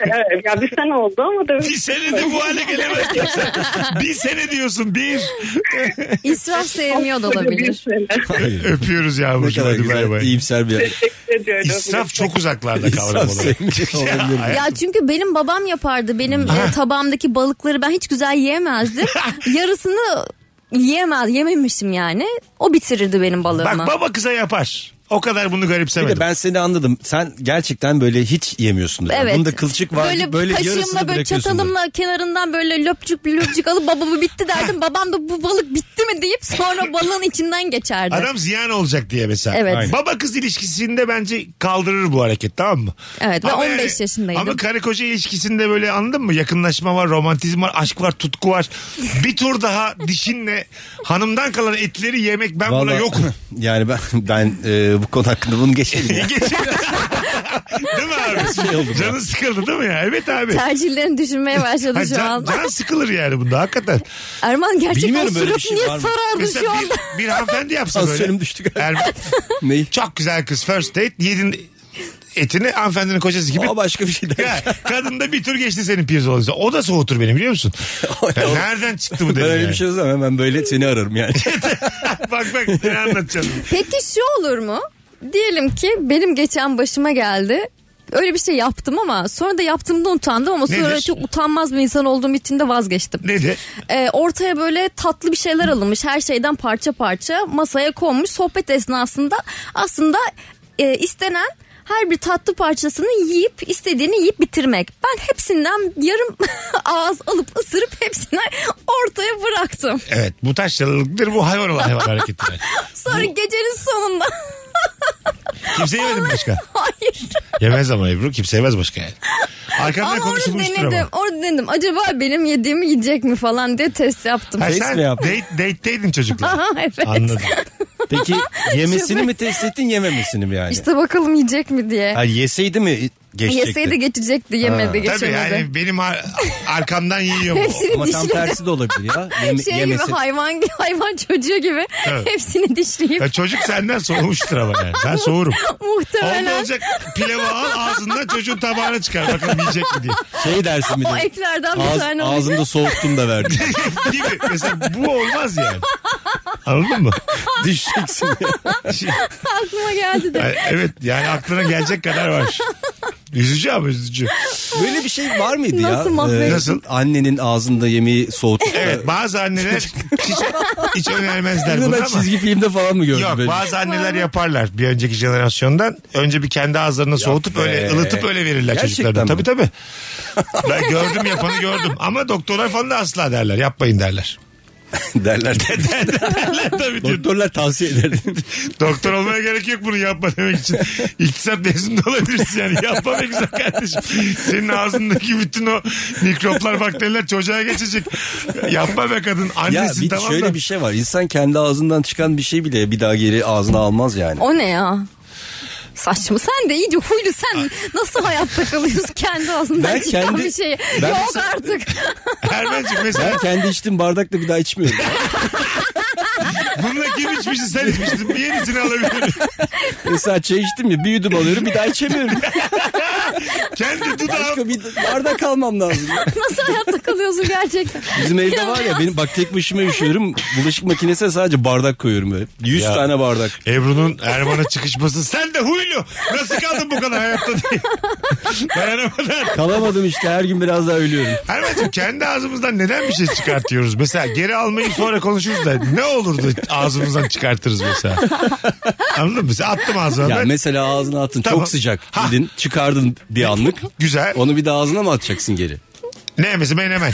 Speaker 8: Evet, ya bir sene oldu ama da
Speaker 3: bir sene de bu hale gelemez kimse. bir sene diyorsun bir.
Speaker 5: İsraf sevmiyor da
Speaker 8: Bir
Speaker 5: olabilir.
Speaker 8: sene.
Speaker 4: Hayır.
Speaker 3: Öpüyoruz
Speaker 4: Ne
Speaker 3: Yağmurcuğum
Speaker 4: kadar
Speaker 3: hadi bay
Speaker 4: güzel,
Speaker 3: bay.
Speaker 4: iyimser bir yer.
Speaker 8: Teşekkür ediyorum.
Speaker 3: İsraf çok uzaklarda kavram şey
Speaker 4: İsraf
Speaker 3: olarak.
Speaker 4: sevmiyor olabilir.
Speaker 3: Ya,
Speaker 5: Ya çünkü benim babam yapardı.
Speaker 4: Hmm.
Speaker 5: Benim e, tabağımdaki balıkları ben hiç güzel yiyemezdim. Yarısını yiyemez, yememişim yani. O bitirirdi benim balığımı.
Speaker 3: Bak baba kıza yapar. O kadar bunu
Speaker 4: Bir
Speaker 3: garipsemedim.
Speaker 4: de ben seni anladım. Sen gerçekten böyle hiç yemiyorsun.
Speaker 5: Evet.
Speaker 4: Bunda kılçık var. Böyle,
Speaker 5: Böyle,
Speaker 4: böyle yarısını
Speaker 5: kaşığımla böyle
Speaker 4: bırakıyorsun.
Speaker 5: çatalımla kenarından böyle löpçük löpçük alıp babamı bitti derdim. Babam da bu balık bitti mi deyip sonra balığın içinden geçerdi.
Speaker 3: Adam ziyan olacak diye mesela.
Speaker 5: Evet. Aynen.
Speaker 3: Baba kız ilişkisinde bence kaldırır bu hareket tamam mı?
Speaker 5: Evet, ben
Speaker 3: Ama
Speaker 5: 15 yaşındaydım.
Speaker 3: Ama karı koca ilişkisinde böyle anladın mı? Yakınlaşma var, romantizm var, aşk var, tutku var. Bir tur daha dişinle hanımdan kalan etleri yemek ben buna
Speaker 4: Vallahi-
Speaker 3: yokum.
Speaker 4: Yani ben ben e, bu konu hakkında bunu geçelim. ya.
Speaker 3: Geçin. değil mi abi?
Speaker 4: Şey oldu ya.
Speaker 3: Canın sıkıldı değil mi ya? Evet abi.
Speaker 5: Tercihlerini düşünmeye başladı
Speaker 3: Ha,
Speaker 5: şu
Speaker 3: can,
Speaker 5: an.
Speaker 3: can sıkılır yani bunda hakikaten.
Speaker 5: Erman gerçekten
Speaker 4: Bilmiyorum böyle bir
Speaker 5: surat
Speaker 4: şey
Speaker 5: niye
Speaker 4: var mı?
Speaker 5: sarardı şu
Speaker 3: Mesela
Speaker 5: anda?
Speaker 3: bir, bir hanımefendi yapsa böyle.
Speaker 4: Tansiyonum düştü galiba.
Speaker 3: Er-
Speaker 4: Neyi?
Speaker 3: çok güzel kız first date yedin etini hanımefendinin kocası gibi
Speaker 4: Aa, başka bir şey
Speaker 3: Ya,
Speaker 4: der.
Speaker 3: kadın da bir tur geçti senin pirzolası. O da soğutur beni biliyor musun? Ya nereden çıktı bu
Speaker 4: Ben
Speaker 3: dedim
Speaker 4: öyle
Speaker 3: yani.
Speaker 4: bir şey olsam hemen böyle seni ararım yani.
Speaker 3: bak bak ne anlatacağım.
Speaker 5: Peki şu olur mu? Diyelim ki benim geçen başıma geldi. Öyle bir şey yaptım ama sonra da yaptığımda utandım ama sonra
Speaker 3: Nedir?
Speaker 5: çok utanmaz bir insan olduğum için de vazgeçtim.
Speaker 3: Nedir?
Speaker 5: Ee, ortaya böyle tatlı bir şeyler alınmış. Her şeyden parça parça masaya konmuş. Sohbet esnasında aslında e, istenen her bir tatlı parçasını yiyip istediğini yiyip bitirmek. Ben hepsinden yarım ağız alıp ısırıp hepsini ortaya bıraktım.
Speaker 3: Evet bu taşlılıktır bu hayvan olan hayvan hareketleri.
Speaker 5: Sonra gecenin sonunda
Speaker 3: Kimse yemedi mi başka.
Speaker 5: hayır.
Speaker 3: Yemez ama Ebru kimse yemez başka yani. Arkandan
Speaker 5: Ama orada
Speaker 3: konuşulmuştur
Speaker 5: denedim.
Speaker 3: ama.
Speaker 5: Orada denedim. Acaba benim yediğimi yiyecek mi falan diye test yaptım.
Speaker 3: Ha,
Speaker 4: Face
Speaker 3: sen
Speaker 4: mi yaptın?
Speaker 3: date, date'teydin çocukla.
Speaker 5: Aha, evet.
Speaker 3: Anladım.
Speaker 4: Peki yemesini mi test ettin yememesini mi yani?
Speaker 5: İşte bakalım yiyecek mi diye.
Speaker 4: Ha, yeseydi mi geçecekti?
Speaker 5: Yeseydi geçecekti. Yemedi
Speaker 3: Tabii
Speaker 5: geçemedi.
Speaker 3: yani benim ar- arkamdan yiyor bu.
Speaker 5: Hepsini
Speaker 4: Ama tam
Speaker 5: dişledi.
Speaker 4: tersi de olabilir ya. Yeme-
Speaker 5: şey
Speaker 4: yemesi.
Speaker 5: gibi hayvan hayvan çocuğu gibi
Speaker 3: Evet.
Speaker 5: hepsini dişleyip
Speaker 3: Ya çocuk senden soğumuştur ama yani. Ben soğurum. Onda
Speaker 5: muhtemelen
Speaker 3: olacak pilavı al ağzından çocuğun tabağına çıkar. Bakalım yiyecek mi diye.
Speaker 4: Şey dersin bir
Speaker 5: o
Speaker 4: de.
Speaker 5: eklerden bir
Speaker 4: Ağız,
Speaker 5: tane olacak.
Speaker 4: ağzımda soğuttum da verdim.
Speaker 3: gibi. Mesela bu olmaz yani. Anladın mı?
Speaker 4: Düşeceksin.
Speaker 5: aklıma geldi de.
Speaker 3: Yani evet yani aklına gelecek kadar var. Üzücü ama üzücü.
Speaker 4: Böyle bir şey var mıydı ya? Ee,
Speaker 5: Nasıl mahvedin?
Speaker 3: Nasıl?
Speaker 4: Annenin ağzında yemeği soğuttu.
Speaker 3: Evet bazı anneler hiç, hiç önermezler
Speaker 4: Bunu
Speaker 3: bunu
Speaker 4: ben
Speaker 3: ama.
Speaker 4: çizgi filmde falan mı gördüm?
Speaker 3: Yok
Speaker 4: böyle?
Speaker 3: bazı anneler yaparlar bir önceki jenerasyondan. Önce bir kendi ağızlarına soğutup
Speaker 4: be.
Speaker 3: öyle ılıtıp öyle verirler
Speaker 4: Gerçekten
Speaker 3: çocuklarına. Tabii
Speaker 4: mi?
Speaker 3: tabii. Ben gördüm yapanı gördüm. Ama doktorlar falan da asla derler. Yapmayın derler.
Speaker 4: derler.
Speaker 3: derler tabii. diyor.
Speaker 4: Doktorlar tavsiye eder.
Speaker 3: Doktor olmaya gerek yok bunu yapma demek için. İktisat mezunu da olabilirsin yani. Yapma be güzel kardeşim. Senin ağzındaki bütün o mikroplar, bakteriler çocuğa geçecek. Yapma be kadın.
Speaker 4: ya
Speaker 3: Annesin
Speaker 4: bir,
Speaker 3: tamam
Speaker 4: şöyle
Speaker 3: da.
Speaker 4: bir şey var. İnsan kendi ağzından çıkan bir şey bile bir daha geri ağzına almaz yani.
Speaker 5: O ne ya? Saçma sen de iyice huylu sen nasıl hayatta kalıyorsun kendi ağzından
Speaker 4: Ben
Speaker 5: çıkan
Speaker 4: kendi-
Speaker 5: bir şeyi.
Speaker 4: Ben
Speaker 5: Yok
Speaker 4: mesela-
Speaker 5: artık.
Speaker 3: Ermen'cim mesela
Speaker 4: Ben kendi içtiğim bardakla bir daha içmiyorum.
Speaker 3: bununla kim içmişti sen içmiştin. Bir yenisini alabilirim.
Speaker 4: Mesela çay içtim ya bir yudum alıyorum bir daha içemiyorum.
Speaker 3: Kendi dudağım.
Speaker 4: Başka bir bardak almam lazım.
Speaker 5: Nasıl hayatta kalıyorsun gerçekten?
Speaker 4: Bizim evde var ya benim bak tek başıma üşüyorum. Bulaşık makinesine sadece bardak koyuyorum böyle. 100
Speaker 3: Ya.
Speaker 4: tane bardak.
Speaker 3: Ebru'nun Erman'a çıkışması sen de huylu. Nasıl kaldın bu kadar hayatta diye. Dayanamadın.
Speaker 4: Kalamadım işte her gün biraz daha ölüyorum.
Speaker 3: Erman'cığım kendi ağzımızdan neden bir şey çıkartıyoruz? Mesela geri almayı sonra konuşuruz da ne olurdu ağzımızdan çıkartırız mesela. Anladın mı? Mesela attım ağzına
Speaker 4: Ya
Speaker 3: ben.
Speaker 4: mesela ağzına attın
Speaker 3: Tamam.
Speaker 4: çok sıcak.
Speaker 3: Ha.
Speaker 4: Gidin çıkardın bir anlık.
Speaker 3: Güzel.
Speaker 4: Onu bir daha ağzına mı atacaksın geri?
Speaker 3: Ne yemesi menemen.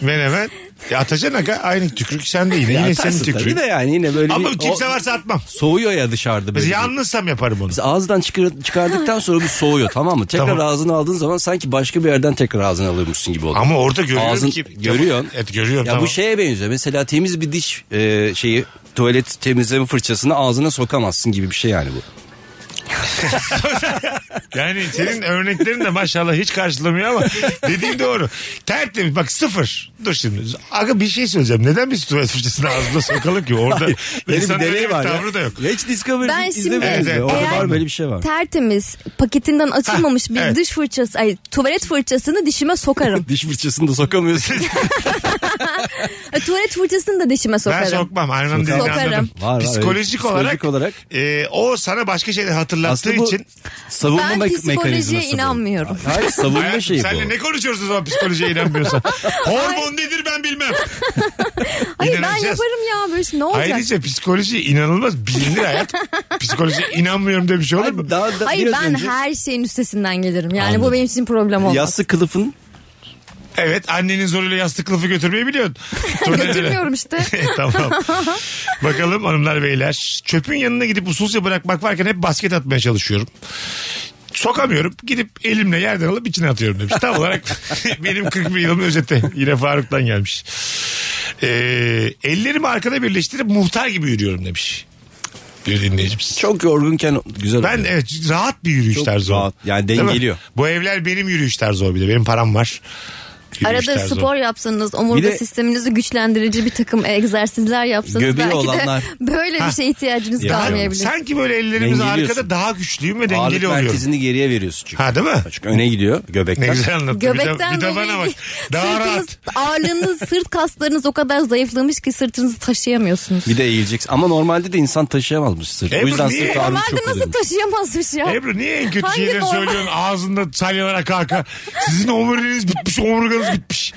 Speaker 3: menemen. Ya atacaksın aga aynı tükürük sen değil. Yine senin
Speaker 4: Atarsın tabii
Speaker 3: tükürüğün.
Speaker 4: de yani yine böyle
Speaker 3: Ama
Speaker 4: bir-
Speaker 3: kimse
Speaker 4: o-
Speaker 3: varsa atmam.
Speaker 4: Soğuyor ya dışarıda böyle.
Speaker 3: Mesela yalnızsam yaparım onu.
Speaker 4: Biz Ağızdan çıkar- çıkardıktan sonra bir soğuyor tamam mı? Tekrar
Speaker 3: Tamam.
Speaker 4: ağzına aldığın zaman sanki başka bir yerden tekrar ağzına alıyormuşsun gibi oluyor.
Speaker 3: Ama orada görüyorum
Speaker 4: Ağzın-
Speaker 3: ki.
Speaker 4: görüyorsun.
Speaker 3: Evet görüyorum
Speaker 4: Ya
Speaker 3: tamam.
Speaker 4: bu şeye benziyor. Mesela temiz bir diş e, şeyi tuvalet temizleme fırçasını ağzına sokamazsın gibi bir şey yani bu.
Speaker 3: Yani senin örneklerin de maşallah hiç karşılamıyor ama dediğin doğru. Tertemiz bak sıfır. Dur şimdi. Aga bir şey söyleyeceğim. Neden biz tuvalet fırçasını ağzına sokalım ki? Orada
Speaker 4: Böyle
Speaker 3: insanın
Speaker 4: bir
Speaker 3: öyle
Speaker 4: deney
Speaker 3: bir
Speaker 4: var ya.
Speaker 3: tavrı da yok.
Speaker 4: Ya Hiç Discovery
Speaker 5: Ben şimdi-
Speaker 4: izlemediniz
Speaker 3: Evet,
Speaker 4: mi?
Speaker 3: evet.
Speaker 4: Orada
Speaker 5: Eğer-
Speaker 4: var böyle bir şey var.
Speaker 5: Tertemiz paketinden açılmamış bir
Speaker 3: evet.
Speaker 5: dış fırçası ay tuvalet fırçasını dişime sokarım.
Speaker 4: Diş fırçasını da sokamıyorsun.
Speaker 5: E, tuvalet fırçasını da dişime
Speaker 3: Ben
Speaker 5: sokarım.
Speaker 3: sokmam. Aynen dediğini
Speaker 5: Sokarım.
Speaker 3: anladım.
Speaker 4: Var, var,
Speaker 3: psikolojik,
Speaker 4: evet.
Speaker 3: olarak,
Speaker 4: Psikolojik olarak.
Speaker 3: e, o sana başka şeyler hatırlattığı
Speaker 4: Aslında bu
Speaker 3: için.
Speaker 4: savunma
Speaker 5: Ben
Speaker 4: me-
Speaker 5: psikolojiye
Speaker 4: mekanizması bu.
Speaker 5: inanmıyorum.
Speaker 4: Hayır savunma
Speaker 3: Hayatım,
Speaker 4: şeyi bu.
Speaker 3: senle ne konuşuyoruz o zaman psikolojiye inanmıyorsan? Hormon nedir ben bilmem.
Speaker 5: Hayır ben
Speaker 3: İnanacağız.
Speaker 5: yaparım ya böyle şey, ne olacak?
Speaker 3: Ayrıca psikoloji inanılmaz bilinir hayat. psikolojiye inanmıyorum diye bir şey olur mu?
Speaker 4: Daha, da-
Speaker 5: Hayır
Speaker 4: biraz
Speaker 5: ben
Speaker 4: önce
Speaker 5: her şeyin üstesinden gelirim. Yani
Speaker 4: Anladım.
Speaker 5: bu benim için problem olmaz.
Speaker 4: Yassı kılıfın
Speaker 3: Evet annenin zoruyla yastık kılıfı götürmeyi biliyorsun. Turnelere. E,
Speaker 5: Götürmüyorum işte.
Speaker 3: tamam. Bakalım hanımlar beyler. Çöpün yanına gidip usulca bırakmak varken hep basket atmaya çalışıyorum. Sokamıyorum. Gidip elimle yerden alıp içine atıyorum demiş. Tam olarak benim 41 yılımın özeti. Yine Faruk'tan gelmiş. Ee, ellerimi arkada birleştirip muhtar gibi yürüyorum demiş. Bir dinleyicimiz.
Speaker 4: çok yorgunken güzel
Speaker 3: Ben
Speaker 4: oluyor.
Speaker 3: evet rahat bir yürüyüş
Speaker 4: Çok
Speaker 3: tarzı o.
Speaker 4: rahat. Yani
Speaker 3: Değil mi?
Speaker 4: dengeliyor.
Speaker 3: Bu evler benim yürüyüş tarzı o bir de. Benim param var. Yürüyüş
Speaker 5: Arada
Speaker 3: tarzı o.
Speaker 5: spor yapsanız, omurga
Speaker 4: Bir de-
Speaker 5: sisteminizi güçlendirici bir takım egzersizler yapsanız
Speaker 4: Göbeği
Speaker 5: belki
Speaker 4: olanlar-
Speaker 5: de böyle bir şeye ihtiyacınız
Speaker 4: Ya.
Speaker 5: kalmayabilir.
Speaker 3: Sanki böyle ellerimiz
Speaker 4: Dengeliyorsun.
Speaker 3: arkada daha güçlüyüm ve
Speaker 4: Ağırlık
Speaker 3: dengeli oluyorum.
Speaker 4: merkezini geriye veriyorsun çünkü.
Speaker 3: Ha değil mi?
Speaker 4: Çünkü öne gidiyor göbekten.
Speaker 3: Ne güzel anlattın. Bir de-
Speaker 5: Göbekten
Speaker 3: bir de,
Speaker 5: dolayı
Speaker 3: bana bak.
Speaker 5: değil.
Speaker 3: Daha
Speaker 5: Sırtınız,
Speaker 3: rahat.
Speaker 5: ağırlığınız, sırt kaslarınız o kadar zayıflamış ki sırtınızı taşıyamıyorsunuz.
Speaker 4: Bir de eğileceksin. Ama normalde de insan taşıyamazmış sırt.
Speaker 3: E,
Speaker 4: o
Speaker 3: bu
Speaker 4: yüzden
Speaker 3: niye?
Speaker 4: sırt ağrım
Speaker 5: Normalde
Speaker 4: çok
Speaker 5: nasıl
Speaker 4: oluyor.
Speaker 5: taşıyamazmış ya?
Speaker 3: Ebru niye en kötü
Speaker 5: Hangi
Speaker 3: şeyleri
Speaker 5: normal-
Speaker 3: söylüyorsun ağzında salyalara kaka. Sizin omuriliğiniz bitmiş, omurganız bitmiş.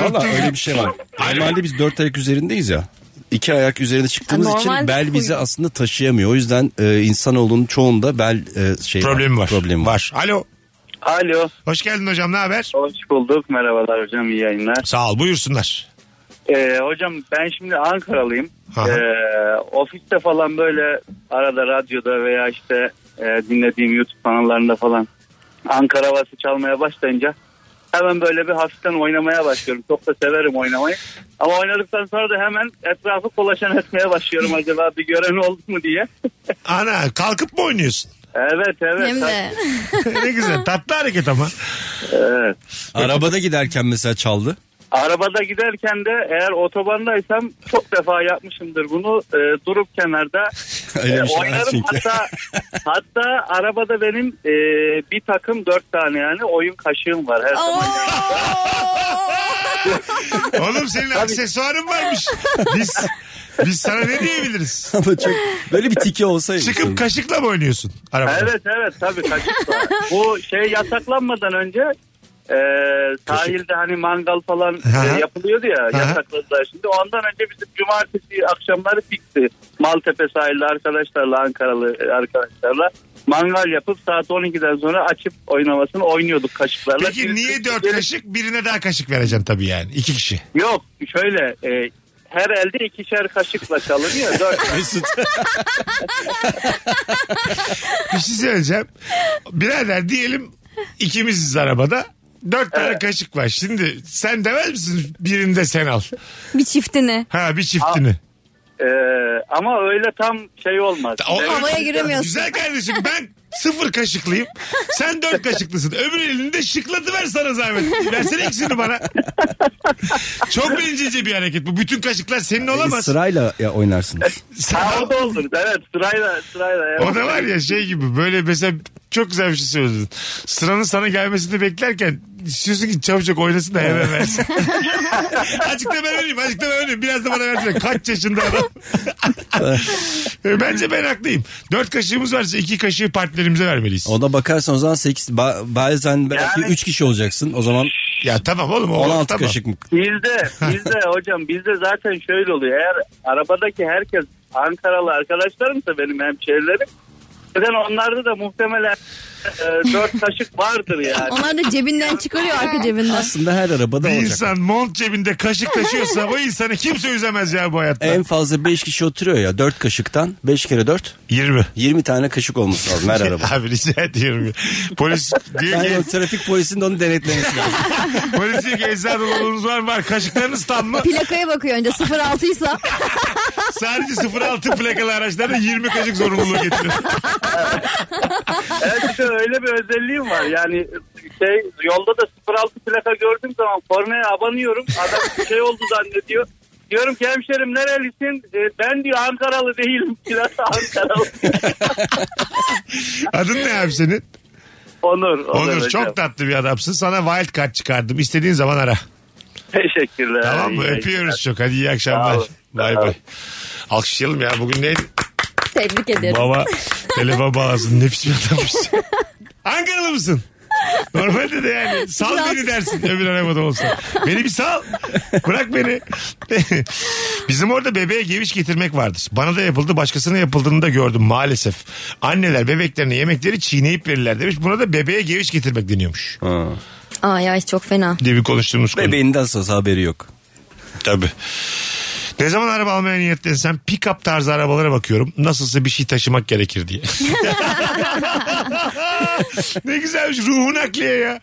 Speaker 4: Valla öyle bir şey var. Normalde biz dört ayak üzerindeyiz ya. İki ayak üzerine çıktığımız
Speaker 5: Ha,
Speaker 4: için
Speaker 5: normalde
Speaker 4: bel
Speaker 5: bu-
Speaker 4: bizi aslında taşıyamıyor. O yüzden e, insanoğlunun çoğunda bel e, şey
Speaker 3: Problemi var.
Speaker 4: Problemi var.
Speaker 3: var. Alo.
Speaker 7: Alo.
Speaker 3: Hoş geldin hocam ne haber?
Speaker 7: Hoş bulduk. Merhabalar hocam. iyi yayınlar.
Speaker 3: Sağ ol buyursunlar.
Speaker 7: Ee, hocam ben şimdi Ankaralıyım.
Speaker 3: Aha.
Speaker 7: Ee, ofiste falan böyle arada radyoda veya işte e, dinlediğim YouTube kanallarında falan Ankara havası çalmaya başlayınca hemen böyle bir hafiften oynamaya başlıyorum. Çok da severim oynamayı. Ama oynadıktan sonra da hemen etrafı kolaçan etmeye başlıyorum acaba bir gören oldu mu diye.
Speaker 3: Ana kalkıp mı oynuyorsun?
Speaker 7: Evet evet.
Speaker 5: Hem de.
Speaker 3: ne güzel tatlı hareket ama.
Speaker 7: Evet.
Speaker 4: Arabada giderken mesela çaldı.
Speaker 7: Arabada giderken de eğer otobandaysam çok defa yapmışımdır bunu. Ee, durup kenarda
Speaker 3: E,
Speaker 4: Öyle bir şey var
Speaker 7: E, oynarım
Speaker 4: çünkü.
Speaker 7: hatta, hatta arabada benim e, bir takım dört tane yani oyun kaşığım var her zaman.
Speaker 3: Oğlum senin aksesuarın varmış. Biz biz sana ne diyebiliriz?
Speaker 4: Ama çok böyle bir tiki olsaydı.
Speaker 3: Çıkıp kaşıkla mı oynuyorsun arabada?
Speaker 7: Evet evet tabii kaşık var. Bu şey yasaklanmadan önce e, sahilde hani mangal falan
Speaker 3: Aha.
Speaker 7: e, yapılıyordu ya
Speaker 3: Aha.
Speaker 7: yasakladılar şimdi. Ondan önce bizim cumartesi akşamları fikti. Maltepe sahilde arkadaşlarla Ankaralı e, arkadaşlarla mangal yapıp saat 12'den sonra açıp oynamasını oynuyorduk kaşıklarla.
Speaker 3: Peki
Speaker 7: Birisi-
Speaker 3: niye dört
Speaker 7: birisi-
Speaker 3: kaşık birine daha kaşık vereceksin tabii yani. iki kişi.
Speaker 7: Yok şöyle e, her elde ikişer kaşıkla çalınıyor. Dört.
Speaker 4: Mesut.
Speaker 3: Bir şey söyleyeceğim. Birader diyelim ikimiziz arabada. Dört tane kaşık var. Şimdi sen demez misin birini de sen al.
Speaker 5: bir çiftine.
Speaker 3: Ha bir çiftini.
Speaker 7: E, ama öyle tam şey olmaz.
Speaker 3: O-
Speaker 7: Evet.
Speaker 5: Havaya giremiyorsun.
Speaker 3: Güzel kardeşim ben sıfır kaşıklıyım. Sen dört kaşıklısın. Öbür elini de şıkladı ver sana zahmet. Versene ikisini bana. Çok bencilce bir hareket bu. Bütün kaşıklar senin olamaz.
Speaker 4: E, Sırayla ya oynarsınız.
Speaker 3: Sen-
Speaker 7: Ha, o da olur. Evet sırayla sırayla. evet.
Speaker 3: O da var ya şey gibi böyle mesela çok güzel bir şey söyledin. Sıranın sana gelmesini beklerken istiyorsun ki çabucak oynasın da hemen versin. azıcık da ben öleyim azıcık da ben öleyim. Biraz da bana versin. Kaç yaşında adam. Bence ben haklıyım. Dört kaşığımız varsa iki kaşığı partnerimize vermeliyiz.
Speaker 4: Ona bakarsan o zaman 8 bazen belki 3
Speaker 7: Yani-
Speaker 4: kişi olacaksın. O zaman
Speaker 3: Ya tamam oğlum. o-
Speaker 4: 16
Speaker 3: tamam.
Speaker 4: kaşık mı?
Speaker 7: Bizde, bizde hocam bizde zaten şöyle oluyor. Eğer arabadaki herkes Ankaralı arkadaşlarımsa benim hemşehrilerim. Neden onlarda da muhtemelen e, dört kaşık vardır yani.
Speaker 5: Onlar da cebinden çıkarıyor arka cebinden.
Speaker 4: Aslında her
Speaker 3: Bir
Speaker 4: arabada olacak.
Speaker 3: insan mont cebinde kaşık taşıyorsa o insanı kimse üzemez ya bu hayatta.
Speaker 4: En fazla 5 kişi oturuyor ya 4 kaşıktan 5 kere 4
Speaker 3: 20.
Speaker 4: 20 tane kaşık olması lazım her araba.
Speaker 3: Abi rica ediyorum. ya. Polis diyor
Speaker 4: Yani
Speaker 3: ki
Speaker 4: o trafik polisinin de onu denetlemesi lazım.
Speaker 3: polis diyor ki eczada dolabınız var mı? var. Kaşıklarınız tam mı?
Speaker 5: Plakaya bakıyor önce 06 ise
Speaker 3: Sadece 06 plakalı araçlarda 20 kaşık zorunluluğu getiriyor.
Speaker 7: Evet işte öyle bir özelliğim var. Yani şey yolda da 06 plaka gördüğüm zaman kornaya abanıyorum. Adam bir şey oldu zannediyor. Diyorum ki hemşerim nerelisin? E, ben diyor Ankaralı değilim. Biraz Ankaralı.
Speaker 3: Adın ne abi senin?
Speaker 7: Onur. Onur,
Speaker 3: Onur
Speaker 7: hocam.
Speaker 3: çok tatlı bir adamsın. Sana wild card çıkardım. İstediğin zaman ara.
Speaker 7: Teşekkürler.
Speaker 3: tamam mı?
Speaker 7: İyi
Speaker 3: Öpüyoruz çok. Hadi iyi
Speaker 7: Sağ
Speaker 3: akşamlar.
Speaker 7: olun.
Speaker 3: Bay
Speaker 7: Sağ
Speaker 3: bay.
Speaker 7: olun.
Speaker 3: Alkışlayalım ya. Bugün neydi?
Speaker 5: tebrik ediyorum.
Speaker 3: Baba telefon bağlasın. Nefis bir adammış. Ankaralı mısın? Normalde de yani sal
Speaker 5: Biraz.
Speaker 3: beni dersin öbür arabada olsa. Beni bir sal. Bırak beni. Bizim orada bebeğe geviş getirmek vardır. Bana da yapıldı başkasına yapıldığını da gördüm maalesef. Anneler bebeklerine yemekleri çiğneyip verirler demiş. Buna da bebeğe geviş getirmek deniyormuş.
Speaker 5: Ay ay çok fena.
Speaker 3: Diye bir konuştuğumuz konu.
Speaker 4: Bebeğinin de asılsa haberi yok.
Speaker 3: Tabii. Ne zaman araba almaya niyetlensen pick-up tarzı arabalara bakıyorum. Nasılsa bir şey taşımak gerekir diye. ne güzelmiş ruhun akliye ya.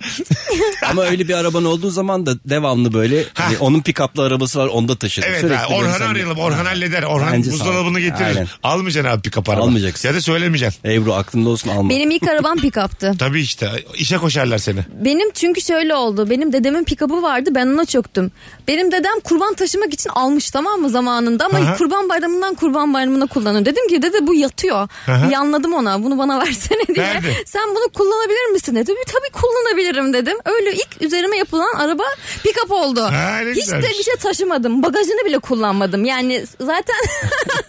Speaker 4: Ama öyle bir araban olduğu zaman da devamlı böyle hani onun pikaplı arabası var onda taşır.
Speaker 3: Evet
Speaker 4: Sürekli
Speaker 3: ha,
Speaker 4: böyle
Speaker 3: Orhan'ı
Speaker 4: sen-
Speaker 3: arayalım. Orhan halleder. Orhan
Speaker 4: Bence sağ ol.
Speaker 3: buzdolabını getirir.
Speaker 4: Aynen.
Speaker 3: Almayacaksın abi pick-up araba.
Speaker 4: Almayacaksın.
Speaker 3: Ya da söylemeyeceksin.
Speaker 4: Ebru aklında olsun alma.
Speaker 5: Benim ilk arabam pick-up'tı.
Speaker 3: Tabii işte işe koşarlar seni.
Speaker 5: Benim çünkü şöyle oldu. Benim dedemin pikabı vardı. Ben ona çöktüm. Benim dedem kurban taşımak için almış tamam mı zamanında ama
Speaker 3: Aha.
Speaker 5: kurban bayramından kurban bayramına kullanıyor. Dedim ki dede bu yatıyor.
Speaker 3: Aha.
Speaker 5: Yanladım ona. Bunu bana versene diye.
Speaker 3: Verdi.
Speaker 5: Sen bunu kullanabilir misin dedi. "Bir- Tabii kullanabilirim dedim. Öyle ilk üzerime yapılan araba pikap oldu.
Speaker 3: Ha, ne
Speaker 5: Hiç de
Speaker 3: güzelmiş.
Speaker 5: bir şey taşımadım. Bagajını bile kullanmadım. Yani zaten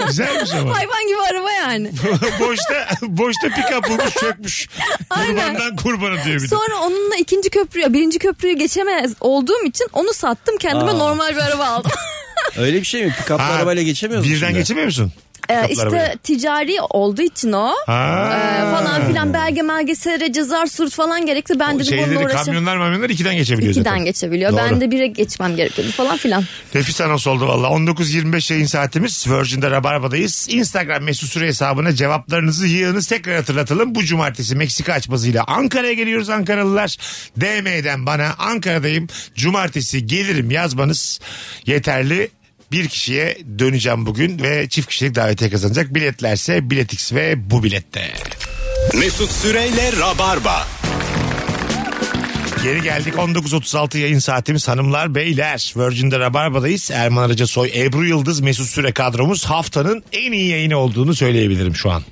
Speaker 3: Güzelmiş ama.
Speaker 5: hayvan gibi araba yani.
Speaker 3: boşta boşta pick-up bulmuş çökmüş.
Speaker 5: Aynen.
Speaker 3: Kurbandan kurbana diyor bir de.
Speaker 5: Sonra onunla ikinci köprüye, birinci köprüyü geçemez olduğum için onu sattım. Kendime
Speaker 4: Aa.
Speaker 5: normal bir araba aldım.
Speaker 4: Öyle bir şey mi? Pikaplı
Speaker 3: Ha,
Speaker 4: arabayla geçemiyoruz mu
Speaker 3: Birden
Speaker 4: şimdi?
Speaker 3: geçemiyor musun?
Speaker 5: ee,
Speaker 3: Pikaplı arabayla.
Speaker 5: işte ticari olduğu için o.
Speaker 3: Ha.
Speaker 5: Ee, falan filan belge belgesere cezar surt falan gerekti. Ben dedim
Speaker 3: Şeyleri
Speaker 5: bununla uğraşamam.
Speaker 3: kamyonlar mamyonlar ikiden geçebiliyor zaten.
Speaker 5: İkiden geçebiliyor.
Speaker 3: Doğru.
Speaker 5: Ben de bire geçmem gerekiyordu falan filan.
Speaker 3: Nefis anons oldu valla. 19.25 yayın saatimiz. Virgin'de Rabarba'dayız. Instagram mesut süre hesabına cevaplarınızı yığınız. Tekrar hatırlatalım. Bu cumartesi Meksika açmasıyla Ankara'ya geliyoruz Ankaralılar. DM'den bana Ankara'dayım. Cumartesi gelirim yazmanız yeterli. Bir kişiye döneceğim bugün ve çift kişilik davetiye kazanacak. Biletlerse Biletix ve bu bilette.
Speaker 2: Mesut Süreyle Rabarba.
Speaker 3: Geri geldik 19.36 yayın saatimiz hanımlar beyler. Virgin'de Rabarba'dayız. Erman Arıca Soy, Ebru Yıldız, Mesut Süre kadromuz haftanın en iyi yayını olduğunu söyleyebilirim şu an.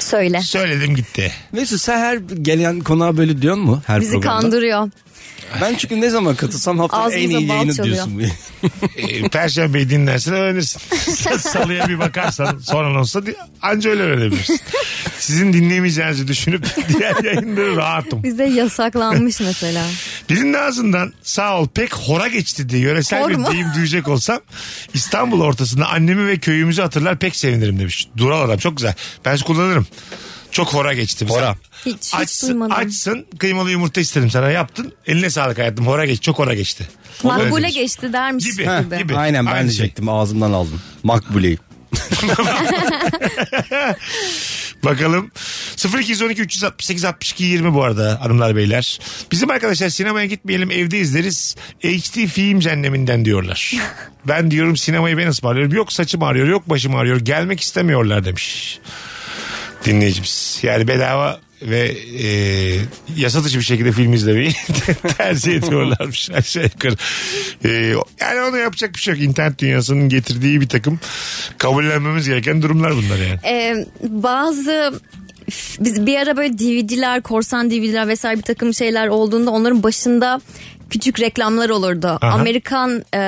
Speaker 5: Söyle.
Speaker 3: Söyledim gitti.
Speaker 4: Mesut sen her gelen konuğa böyle diyorsun mu? Her
Speaker 5: Bizi
Speaker 4: programda?
Speaker 5: kandırıyor.
Speaker 4: Ben çünkü ne zaman katılsam haftanın en
Speaker 5: Ağzımıza
Speaker 4: iyi
Speaker 5: bal
Speaker 4: yayını
Speaker 5: çalıyor.
Speaker 4: diyorsun.
Speaker 3: Ee, Perşembeyi dinlersin öğrenirsin. Salıya bir bakarsan son anonsa di- anca öyle öğrenebilirsin. Sizin dinleyemeyeceğinizi düşünüp diğer yayınları rahatım.
Speaker 5: Bize yasaklanmış mesela.
Speaker 3: Birinin ağzından sağ ol pek hora geçti diye yöresel
Speaker 5: Hor
Speaker 3: bir
Speaker 5: mu?
Speaker 3: deyim duyacak olsam İstanbul ortasında annemi ve köyümüzü hatırlar pek sevinirim demiş. Dural adam çok güzel. Ben kullanırım. Çok hora geçti. bize.
Speaker 4: Hora.
Speaker 5: Hiç, hiç
Speaker 3: Açsın,
Speaker 5: duymadım.
Speaker 3: açsın kıymalı yumurta istedim sana yaptın. Eline sağlık hayatım hora geç çok hora geçti. Öyle
Speaker 5: Makbule
Speaker 3: demiş.
Speaker 5: geçti dermiş
Speaker 3: Gibi.
Speaker 5: gibi.
Speaker 3: Heh, gibi.
Speaker 4: Aynen ben
Speaker 3: Aynı şey.
Speaker 4: diyecektim ağzımdan aldım. Makbule'yi.
Speaker 3: Bakalım 0212 368 62 20 bu arada hanımlar beyler. Bizim arkadaşlar sinemaya gitmeyelim evde izleriz. HD film cenneminden diyorlar. ben diyorum sinemayı ben ısmarlıyorum. Yok saçım ağrıyor yok başım ağrıyor. Gelmek istemiyorlar demiş. Dinleyicimiz. Yani bedava ve e, yasa dışı bir şekilde film izlemeyi tercih ediyorlarmış aşağı yukarı. E, yani onu yapacak bir şey yok. İnternet dünyasının getirdiği bir takım kabullenmemiz gereken durumlar bunlar yani.
Speaker 5: Ee, bazı f- biz bir ara böyle DVD'ler, korsan DVD'ler vesaire bir takım şeyler olduğunda onların başında küçük reklamlar olurdu. Amerikan e,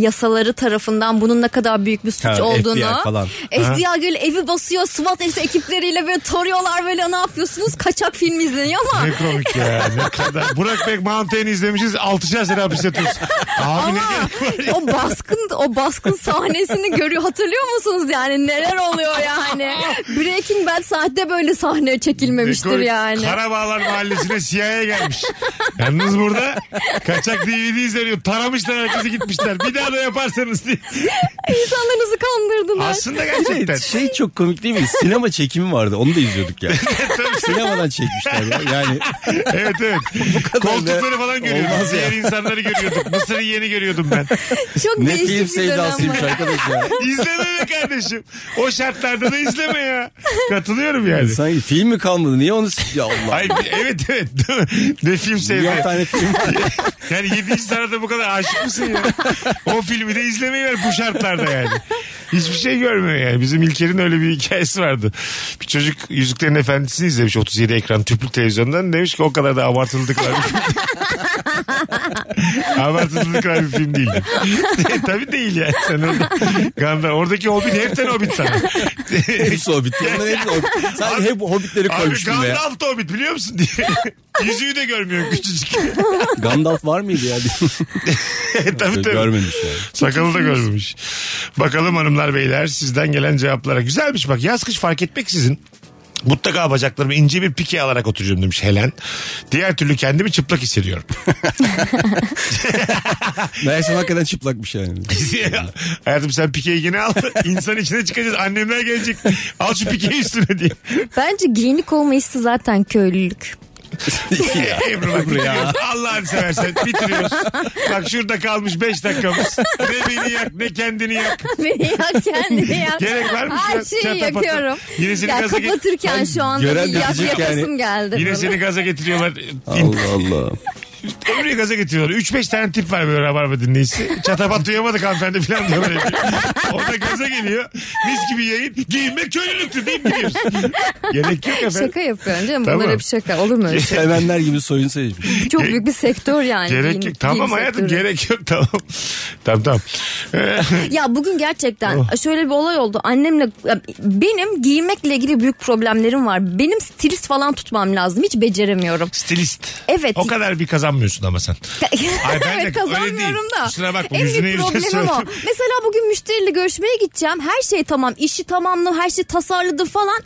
Speaker 5: yasaları tarafından bunun ne kadar büyük bir suç
Speaker 4: Ha,
Speaker 5: olduğunu.
Speaker 4: FBI falan.
Speaker 5: FBI böyle evi basıyor, SWAT işte ekipleriyle böyle tarıyorlar böyle ne yapıyorsunuz? Kaçak film izleniyor ama
Speaker 3: Ne komik ya. Ne kadar. Burak Bey Mountain'i izlemişiz. Altışar sene hapis yatıyoruz. Abi ne gerek var ya?
Speaker 5: o baskın o baskın sahnesini görüyor hatırlıyor musunuz yani neler oluyor yani Breaking Bad sahte böyle sahne
Speaker 3: Ne
Speaker 5: çekilmemiştir
Speaker 3: komik.
Speaker 5: yani.
Speaker 3: Karabağlar Mahallesi'ne CIA gelmiş. Yalnız burada kaçak DVD izleniyor. Taramışlar herkesi gitmişler. Bir daha da yaparsanız diye.
Speaker 5: İnsanlarınızı kandırdılar.
Speaker 3: Aslında gerçekten.
Speaker 4: Evet, şey çok komik değil mi? Sinema çekimi vardı onu da izliyorduk ya. Sinemadan çekmişler ya. Yani
Speaker 3: evet evet. Koltukları falan görüyorduk.
Speaker 4: Olmaz ya.
Speaker 3: Diğer insanları görüyorduk. Mısır'ı yeni görüyordum ben.
Speaker 5: Çok
Speaker 4: ne
Speaker 5: değişik
Speaker 4: film
Speaker 5: bir dönem
Speaker 4: sevdasıymış
Speaker 5: var.
Speaker 4: arkadaş ya.
Speaker 3: İzleme be kardeşim. O şartlarda da izleme ya. Katılıyorum yani.
Speaker 4: Sanki film mi kalmadı? Niye onu... Ya Allah.
Speaker 3: Hayır, evet evet. ne film sevdi.
Speaker 4: Milyon tane film var.
Speaker 3: Yani 7. sırada bu kadar aşık mısın ya? O filmi de izlemeyi ver bu şartlarda yani. Hiçbir şey görmüyor yani. Bizim İlker'in öyle bir hikayesi vardı. Bir çocuk Yüzüklerin Efendisi'ni izlemiş 37 ekran tüplü televizyondan. Demiş ki o kadar da abartıldık var bir film değil. abartıldık var bir film değil. Tabii değil yani. Sen orada, Gandalf- oradaki Hobbit hepten Hobbit sana.
Speaker 4: Hepsi Hobbit. Bunların hepsi Hobbit. Sadece hep Hobbitleri
Speaker 3: Abi
Speaker 4: koymuştum be.
Speaker 3: Gandalf da Hobbit biliyor musun diye. Yüzüğü de görmüyor küçücük.
Speaker 4: Gandalf var mıydı ya?
Speaker 3: tabii tabii.
Speaker 4: Görmemiş yani.
Speaker 3: Sakalı da görmemiş. Bakalım hanımlar beyler sizden gelen cevaplara. Güzelmiş bak yaz kış fark etmeksizin. Mutlaka bacaklarımı ince bir pike alarak oturacağım demiş Helen. Diğer türlü kendimi çıplak hissediyorum.
Speaker 4: Meğerse hakikaten çıplakmış yani.
Speaker 3: Hayatım sen pikeyi yine al. İnsan içine çıkacağız. Annemler gelecek. Al şu pikeyi üstüne diye.
Speaker 5: Bence giyinik olma hissi zaten köylülük.
Speaker 3: Ebru bak bitiriyoruz. Allah'ını seversen bitiriyoruz. Bak şurada kalmış 5 dakikamız. Ne beni yak ne kendini yak.
Speaker 5: Beni yak kendini yak.
Speaker 3: Gerek var mı?
Speaker 5: Her
Speaker 3: Sen- sen
Speaker 5: şeyi
Speaker 3: kapat.
Speaker 5: yakıyorum.
Speaker 3: Yine seni
Speaker 5: ya
Speaker 3: gaza get-
Speaker 5: kapatırken şu anda
Speaker 4: gören
Speaker 5: bir yak
Speaker 4: diyecek
Speaker 5: yakasım
Speaker 4: yani.
Speaker 5: geldi.
Speaker 3: Yine
Speaker 5: Böyle.
Speaker 3: seni gaza getiriyorlar.
Speaker 4: Allah Allah.
Speaker 3: Emre'yi gaza getiriyorlar. 3-5 tane tip var böyle rabarba dinleyicisi. Çatapat duyamadık hanımefendi falan diyorlar. hep. O da gaza geliyor. Mis gibi yayın. Giyinmek köylülüktür deyip gidiyoruz. Gerek yok efendim.
Speaker 5: Şaka yapıyorum canım.
Speaker 3: Tamam.
Speaker 5: Bunlar hep şaka. Olur mu öyle şey?
Speaker 4: Sevenler gibi soyunsa hiçbir şey.
Speaker 5: Çok büyük bir sektör yani.
Speaker 3: Gerek
Speaker 5: giyim-
Speaker 3: yok. Tamam
Speaker 5: giyim
Speaker 3: hayatım
Speaker 5: sektörü.
Speaker 3: gerek yok tamam. tamam tamam. Ee,
Speaker 5: Ya bugün gerçekten
Speaker 3: Oh.
Speaker 5: şöyle bir olay oldu. Annemle ya benim giyinmekle ilgili büyük problemlerim var. Benim stilist falan tutmam lazım. Hiç beceremiyorum.
Speaker 3: Stilist.
Speaker 5: Evet.
Speaker 3: O kadar bir kazanmıyorsun ama sen. Ay ben de öyle
Speaker 5: evet kazanmıyorum
Speaker 3: değil.
Speaker 5: da.
Speaker 3: Kusura bakma,
Speaker 5: en
Speaker 3: yüzüne
Speaker 5: büyük
Speaker 3: yüzüne
Speaker 5: problemim o.
Speaker 3: söyledim.
Speaker 5: Mesela bugün müşteriyle görüşmeye gideceğim. Her şey tamam. işi tamamlı, her şey tasarladı falan.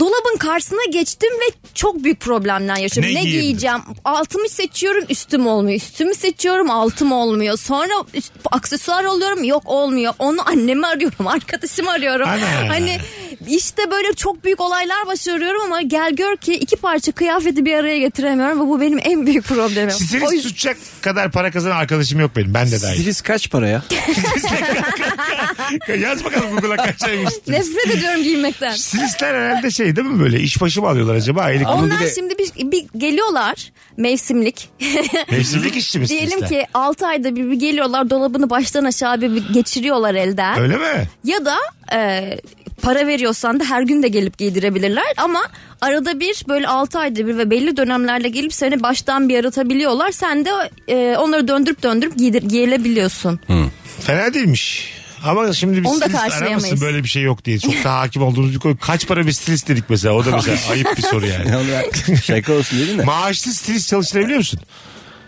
Speaker 5: Dolabın karşısına geçtim ve çok büyük problemler yaşadım.
Speaker 3: Ne
Speaker 5: Ne,
Speaker 3: giyebilirim?
Speaker 5: giyeceğim? Altımı seçiyorum, üstüm olmuyor. Üstümü seçiyorum, altım olmuyor. Sonra üst- aksesuar alıyorum, yok olmuyor. Onu annemi arıyorum, arkadaşımı arıyorum.
Speaker 3: Ana.
Speaker 5: Hani işte böyle çok büyük olaylar başarıyorum ama gel gör ki iki parça kıyafeti bir araya getiremiyorum ve bu benim en büyük problemim. O
Speaker 3: Stilist
Speaker 5: yüzden-
Speaker 3: tutacak kadar para kazanan arkadaşım yok benim. Ben de dahil.
Speaker 4: Stilist kaç para ya?
Speaker 3: Yaz bakalım Google'a kaç aymış.
Speaker 5: Nefret ediyorum giyinmekten.
Speaker 3: Stilistler herhalde şey değil mi böyle iş başı mı alıyorlar acaba aylık?
Speaker 4: Ama
Speaker 5: Onlar
Speaker 4: bir de-
Speaker 5: şimdi bir, bir geliyorlar mevsimlik.
Speaker 3: Mevsimlik işçi mi
Speaker 5: Diyelim
Speaker 3: stilistler?
Speaker 5: ki 6 ayda bir, bir geliyorlar dolabını baştan aşağı bir, bir geçiriyorlar elden.
Speaker 3: Öyle mi?
Speaker 5: Ya da e, para veriyorsan da her gün de gelip giydirebilirler ama arada bir böyle 6 ayda bir ve belli dönemlerle gelip seni baştan bir yaratabiliyorlar. Sen de e, onları döndürüp döndürüp giydir, giyilebiliyorsun.
Speaker 3: Fena değilmiş. Ama şimdi bir
Speaker 5: Onu da
Speaker 3: stilist
Speaker 5: karşılayamayız.
Speaker 3: aramasın böyle bir şey yok diye. Çok daha hakim olduğumuz bir konu. Kaç para bir stilist dedik mesela. O da mesela ayıp bir soru yani.
Speaker 4: Şaka olsun dedin de.
Speaker 3: Maaşlı stilist çalıştırabiliyor musun?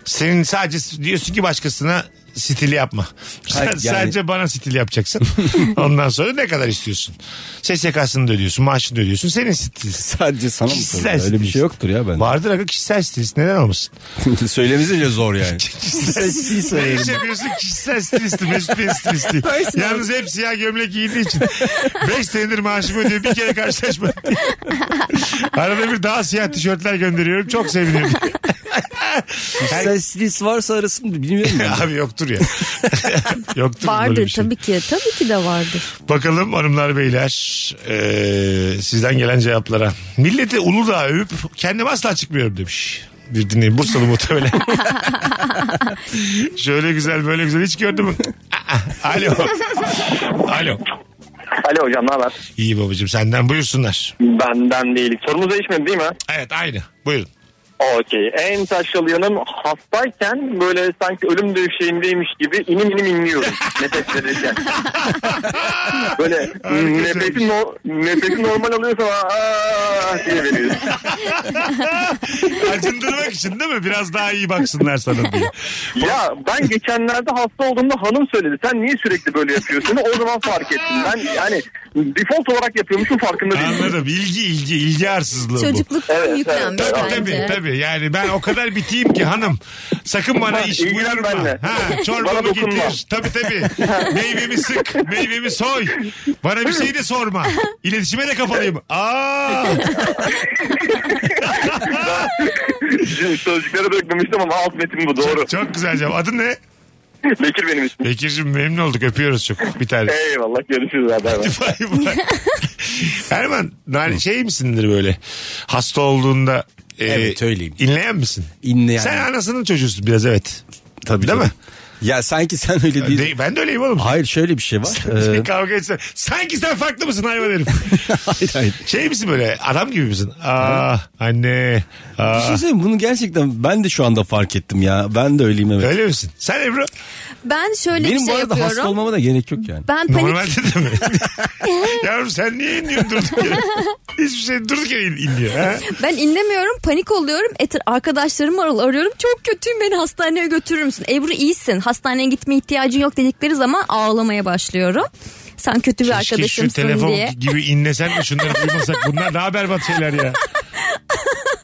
Speaker 3: Senin sadece diyorsun ki başkasına stil yapma. Sen,
Speaker 4: Hayır, yani-
Speaker 3: Sadece bana stil yapacaksın. Ondan sonra ne kadar istiyorsun? SSK'sını da ödüyorsun, maaşını da ödüyorsun. Senin stilist.
Speaker 4: Sadece sana mı
Speaker 3: Kişisel
Speaker 4: soruyor? Öyle bir
Speaker 3: stilist.
Speaker 4: şey yoktur ya ben.
Speaker 3: Vardır aga kişisel stilist. Neden olmasın?
Speaker 4: Söylemesi bile zor yani. Stil
Speaker 3: Ne
Speaker 4: söyleyelim.
Speaker 3: iş yapıyorsun? Kişisel stilisti. Mesut Bey'in stilisti. Yalnız hep siyah gömlek giydiği için. 5 senedir maaşımı ödüyor. Bir kere karşılaşmadım. Arada bir daha siyah tişörtler gönderiyorum. Çok seviniyorum.
Speaker 4: Kişisel stilist varsa arasın bilmiyorum ben.
Speaker 3: Abi yoktur ya. yoktur böyle bir
Speaker 5: Vardır
Speaker 3: şey.
Speaker 5: tabii ki. Tabii ki de vardır.
Speaker 3: Bakalım hanımlar beyler eee, sizden gelen cevaplara. Milleti Uludağ'a övüp kendim asla çıkmıyorum demiş. Bir dinleyin Bursalı muhtemelen. Şöyle güzel böyle güzel hiç gördün mü? Aa, Alo. Alo.
Speaker 7: Alo hocam ne haber?
Speaker 3: İyi babacığım senden buyursunlar.
Speaker 7: Benden değil. Sorunuz değişmedi değil mi?
Speaker 3: Evet aynı buyurun.
Speaker 7: Okey. En taşralı yanım hastayken böyle sanki ölüm döşeğindeymiş gibi inim inim inliyorum nefes verirken. böyle nefesi, no, nefesi normal alıyorsa aa diye veriyorsun.
Speaker 3: Acındırmak için değil mi? Biraz daha iyi baksınlar sana diye.
Speaker 7: Ya ben geçenlerde hasta olduğumda hanım söyledi. Sen niye sürekli böyle yapıyorsun? O zaman fark ettim. Ben yani default olarak yapıyormuşum farkında değilim.
Speaker 3: Anladım. İlgi ilgi ilgi arsızlığı bu.
Speaker 5: Çocukluktan
Speaker 7: Evet, evet.
Speaker 5: yüklenmiş
Speaker 3: Tabii
Speaker 5: bence.
Speaker 3: tabii tabii. Yani ben o kadar biteyim ki hanım. Sakın bana
Speaker 7: Ha,
Speaker 3: iş
Speaker 7: ilgilen
Speaker 3: buyurma.
Speaker 7: benimle.
Speaker 3: Ha, çorbamı
Speaker 7: Bana dokunma.
Speaker 3: getir. Tabii tabii. Meyvemi sık, meyvemi soy. Bana bir şey de sorma. İletişime de kapalıyım. Aa!
Speaker 7: Sözcükleri dökmemiştim ama alt metin bu doğru.
Speaker 3: Çok güzel cevap. Adın ne?
Speaker 7: Bekir benim ismim.
Speaker 3: Bekir'cim memnun olduk. Öpüyoruz çok. Bir tane.
Speaker 7: Eyvallah görüşürüz abi. abi.
Speaker 3: Vay vay. Erman yani şey misindir böyle hasta olduğunda e,
Speaker 4: Evet, öyleyim.
Speaker 3: inleyen misin?
Speaker 4: İnleyen.
Speaker 3: Sen anasının çocuğusun biraz evet.
Speaker 4: Tabii
Speaker 3: Değil
Speaker 4: tabii.
Speaker 3: mi?
Speaker 4: Ya sanki sen öyle değil.
Speaker 3: De- ben de öyleyim oğlum.
Speaker 4: Hayır şöyle bir şey var. Ee,
Speaker 3: Kavga etse. Sanki sen farklı mısın hayvan herif?
Speaker 4: hayır hayır.
Speaker 3: Şey misin böyle adam gibi misin? Aa anne. ah.
Speaker 4: Bir
Speaker 3: Aa.
Speaker 4: şey söyleyeyim mi? bunu gerçekten ben de şu anda fark ettim ya. Ben de öyleyim evet.
Speaker 3: Öyle misin? Sen Ebru?
Speaker 5: Ben şöyle
Speaker 4: Benim
Speaker 5: bir
Speaker 4: bu
Speaker 5: şey
Speaker 4: arada hasta
Speaker 5: yapıyorum.
Speaker 4: olmama da gerek yok yani.
Speaker 5: Ben panik
Speaker 3: Normalde de mi? Yavrum sen niye inliyorsun durduk yere? Hiçbir şey durduk yere in- inliyor. Ha?
Speaker 5: ben inlemiyorum, panik oluyorum. E, Et, arkadaşlarım var, arıyorum. Çok kötüyüm beni hastaneye götürür müsün? Ebru iyisin. Hastaneye gitme ihtiyacın yok dedikleri zaman ağlamaya başlıyorum. Sen kötü bir
Speaker 3: Keşke şu
Speaker 5: arkadaşımsın
Speaker 3: telefon
Speaker 5: diye.
Speaker 3: gibi inlesen de şunları duymasak bunlar daha berbat şeyler ya.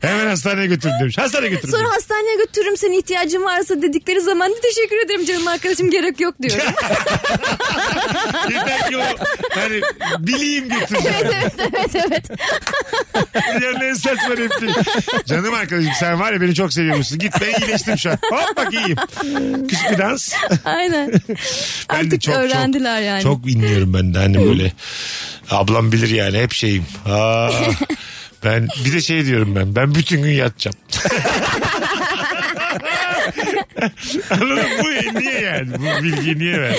Speaker 3: Hemen hastaneye götürün demiş. Hastaneye götürün
Speaker 5: Sonra
Speaker 3: demiş.
Speaker 5: hastaneye götürürüm seni ihtiyacın varsa dedikleri zaman da teşekkür ederim canım arkadaşım gerek yok diyorum.
Speaker 3: Yeter ki o hani bileyim götürün.
Speaker 5: evet evet evet evet.
Speaker 3: Dünyanın en sert var hepsi. Canım arkadaşım sen var ya beni çok seviyormuşsun. Git ben iyileştim şu an. Hop bak iyiyim. Küçük bir dans.
Speaker 5: Aynen.
Speaker 3: Ben de
Speaker 5: Artık
Speaker 3: çok,
Speaker 5: öğrendiler
Speaker 3: çok,
Speaker 5: yani.
Speaker 3: Çok inliyorum ben de hani böyle. Ablam bilir yani hep şeyim. Aa, ben bir de şey diyorum ben. Ben bütün gün yatacağım. Anladın mı? Bu niye yani? Bu bilgi niye ver?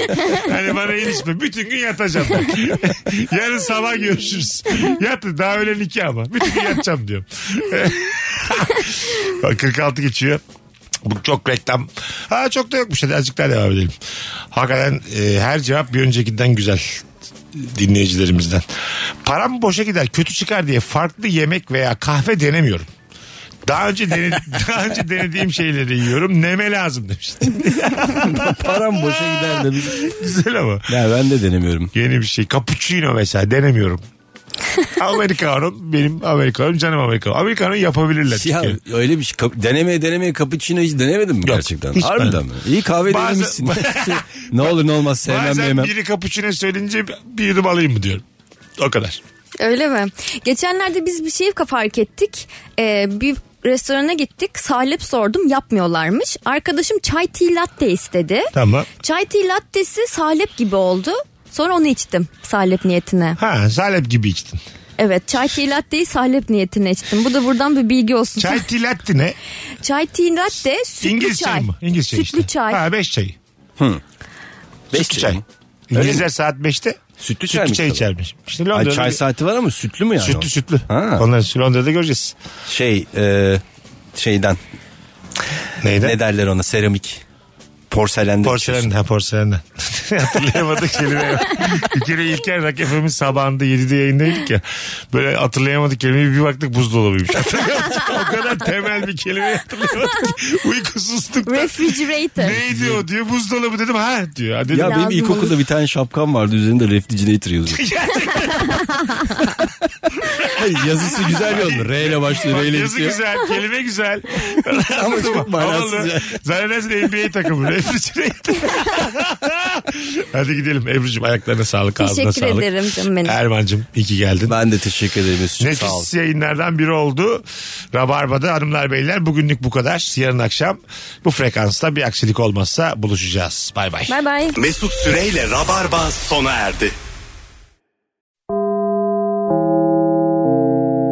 Speaker 3: Hani bana ilişme. Bütün gün yatacağım ben. Yarın sabah görüşürüz. Yat. Daha öğlen iki ama. Bütün gün yatacağım diyorum. Bak 46 geçiyor. Bu çok reklam. Ha çok da yokmuş. Hadi azıcık daha devam edelim. Hakikaten e, her cevap bir öncekinden güzel dinleyicilerimizden. Param boşa gider kötü çıkar diye farklı yemek veya kahve denemiyorum. Daha önce, dene- daha önce denediğim şeyleri yiyorum. Neme lazım demişti.
Speaker 4: Param boşa gider de biz.
Speaker 3: Güzel ama.
Speaker 4: Ya ben de denemiyorum.
Speaker 3: Yeni bir şey. Cappuccino mesela denemiyorum. Americano benim Americano canım Americano. Americano yapabilirler.
Speaker 4: Ya
Speaker 3: Çünkü.
Speaker 4: öyle bir şey. Kap- Denemeye denemeye cappuccino hiç denemedin mi gerçekten?
Speaker 3: hiç
Speaker 4: Harbiden
Speaker 3: denemedim.
Speaker 4: mi? İyi kahve
Speaker 3: Bazen-
Speaker 4: denemişsin. ne olur ne olmaz sevmem
Speaker 3: Bazen
Speaker 4: yemem.
Speaker 3: biri cappuccino söyleyince bir yudum alayım mı diyorum. O kadar.
Speaker 5: Öyle mi? Geçenlerde biz bir şey fark ettik. Ee, bir restorana gittik. Salep sordum yapmıyorlarmış. Arkadaşım çay tea latte istedi.
Speaker 3: Tamam.
Speaker 5: Çay tea lattesi salep gibi oldu. Sonra onu içtim salep niyetine.
Speaker 3: Ha salep gibi içtin.
Speaker 5: Evet çay tea latteyi salep niyetine içtim. Bu da buradan bir bilgi olsun. Çay,
Speaker 3: Çay tilatti ne?
Speaker 5: tea latte sütlü
Speaker 3: İngiliz
Speaker 5: çay.
Speaker 3: çayı mı? İngiliz çayı
Speaker 5: sütlü
Speaker 3: işte.
Speaker 5: çay.
Speaker 3: Ha beş çayı.
Speaker 4: Beş
Speaker 3: Sütlü çay.
Speaker 4: mi?
Speaker 3: İngilizler saat 5'te
Speaker 4: Sütlü çay
Speaker 3: sütlü
Speaker 4: mı?
Speaker 3: çay
Speaker 4: tabii?
Speaker 3: içermiş. İşte
Speaker 4: Ay,
Speaker 3: Londra'da
Speaker 4: çay saati var ama sütlü mü yani? o?
Speaker 3: sütlü sütlü.
Speaker 4: Ha.
Speaker 3: Onları sü- Londra'da göreceğiz.
Speaker 4: Şey e, şeyden
Speaker 3: Neyden?
Speaker 4: ne derler ona seramik. şey. Porselenden.
Speaker 3: Porselenden. Ha porselenden. hatırlayamadık kelimeyi. bir kere İlker Rock FM'in sabahında 7'de yayındaydık ya. Böyle hatırlayamadık kelimeyi bir baktık buzdolabıymış. o kadar temel bir kelimeyi hatırlayamadık. ki. Uykusuzluktan.
Speaker 5: Refrigerator.
Speaker 3: Neydi o diyor buzdolabı dedim ha diyor. Ha Dedim,
Speaker 4: Ya benim
Speaker 5: Lazım
Speaker 4: ilkokulda
Speaker 5: olur.
Speaker 4: bir tane şapkam vardı üzerinde refrigerator yazıyordu. Hayır, Yazısı güzel yollu. R ile başlıyor,
Speaker 3: Bak,
Speaker 4: R ile
Speaker 3: yazı
Speaker 4: bitiyor.
Speaker 3: güzel, kelime güzel.
Speaker 4: Ama çok manasız
Speaker 3: Havalı.
Speaker 4: ya.
Speaker 3: Zannedersin NBA takımı. Refrigerator. Hadi gidelim Ebru'cum ayaklarına sağlık, ağzına sağlık. Er-
Speaker 5: Teşekkür ederim canım benim.
Speaker 3: Erman'cım iyi ki geldin.
Speaker 4: Ben de teşekkür ederim Mesut'cum sağ ol.
Speaker 3: Nefis yayınlardan biri oldu. Rabarba'da hanımlar beyler bugünlük bu kadar. Yarın akşam bu frekansta bir aksilik olmazsa buluşacağız. Bay bay.
Speaker 5: Bay bay.
Speaker 2: Mesut Süreyle Rabarba sona erdi.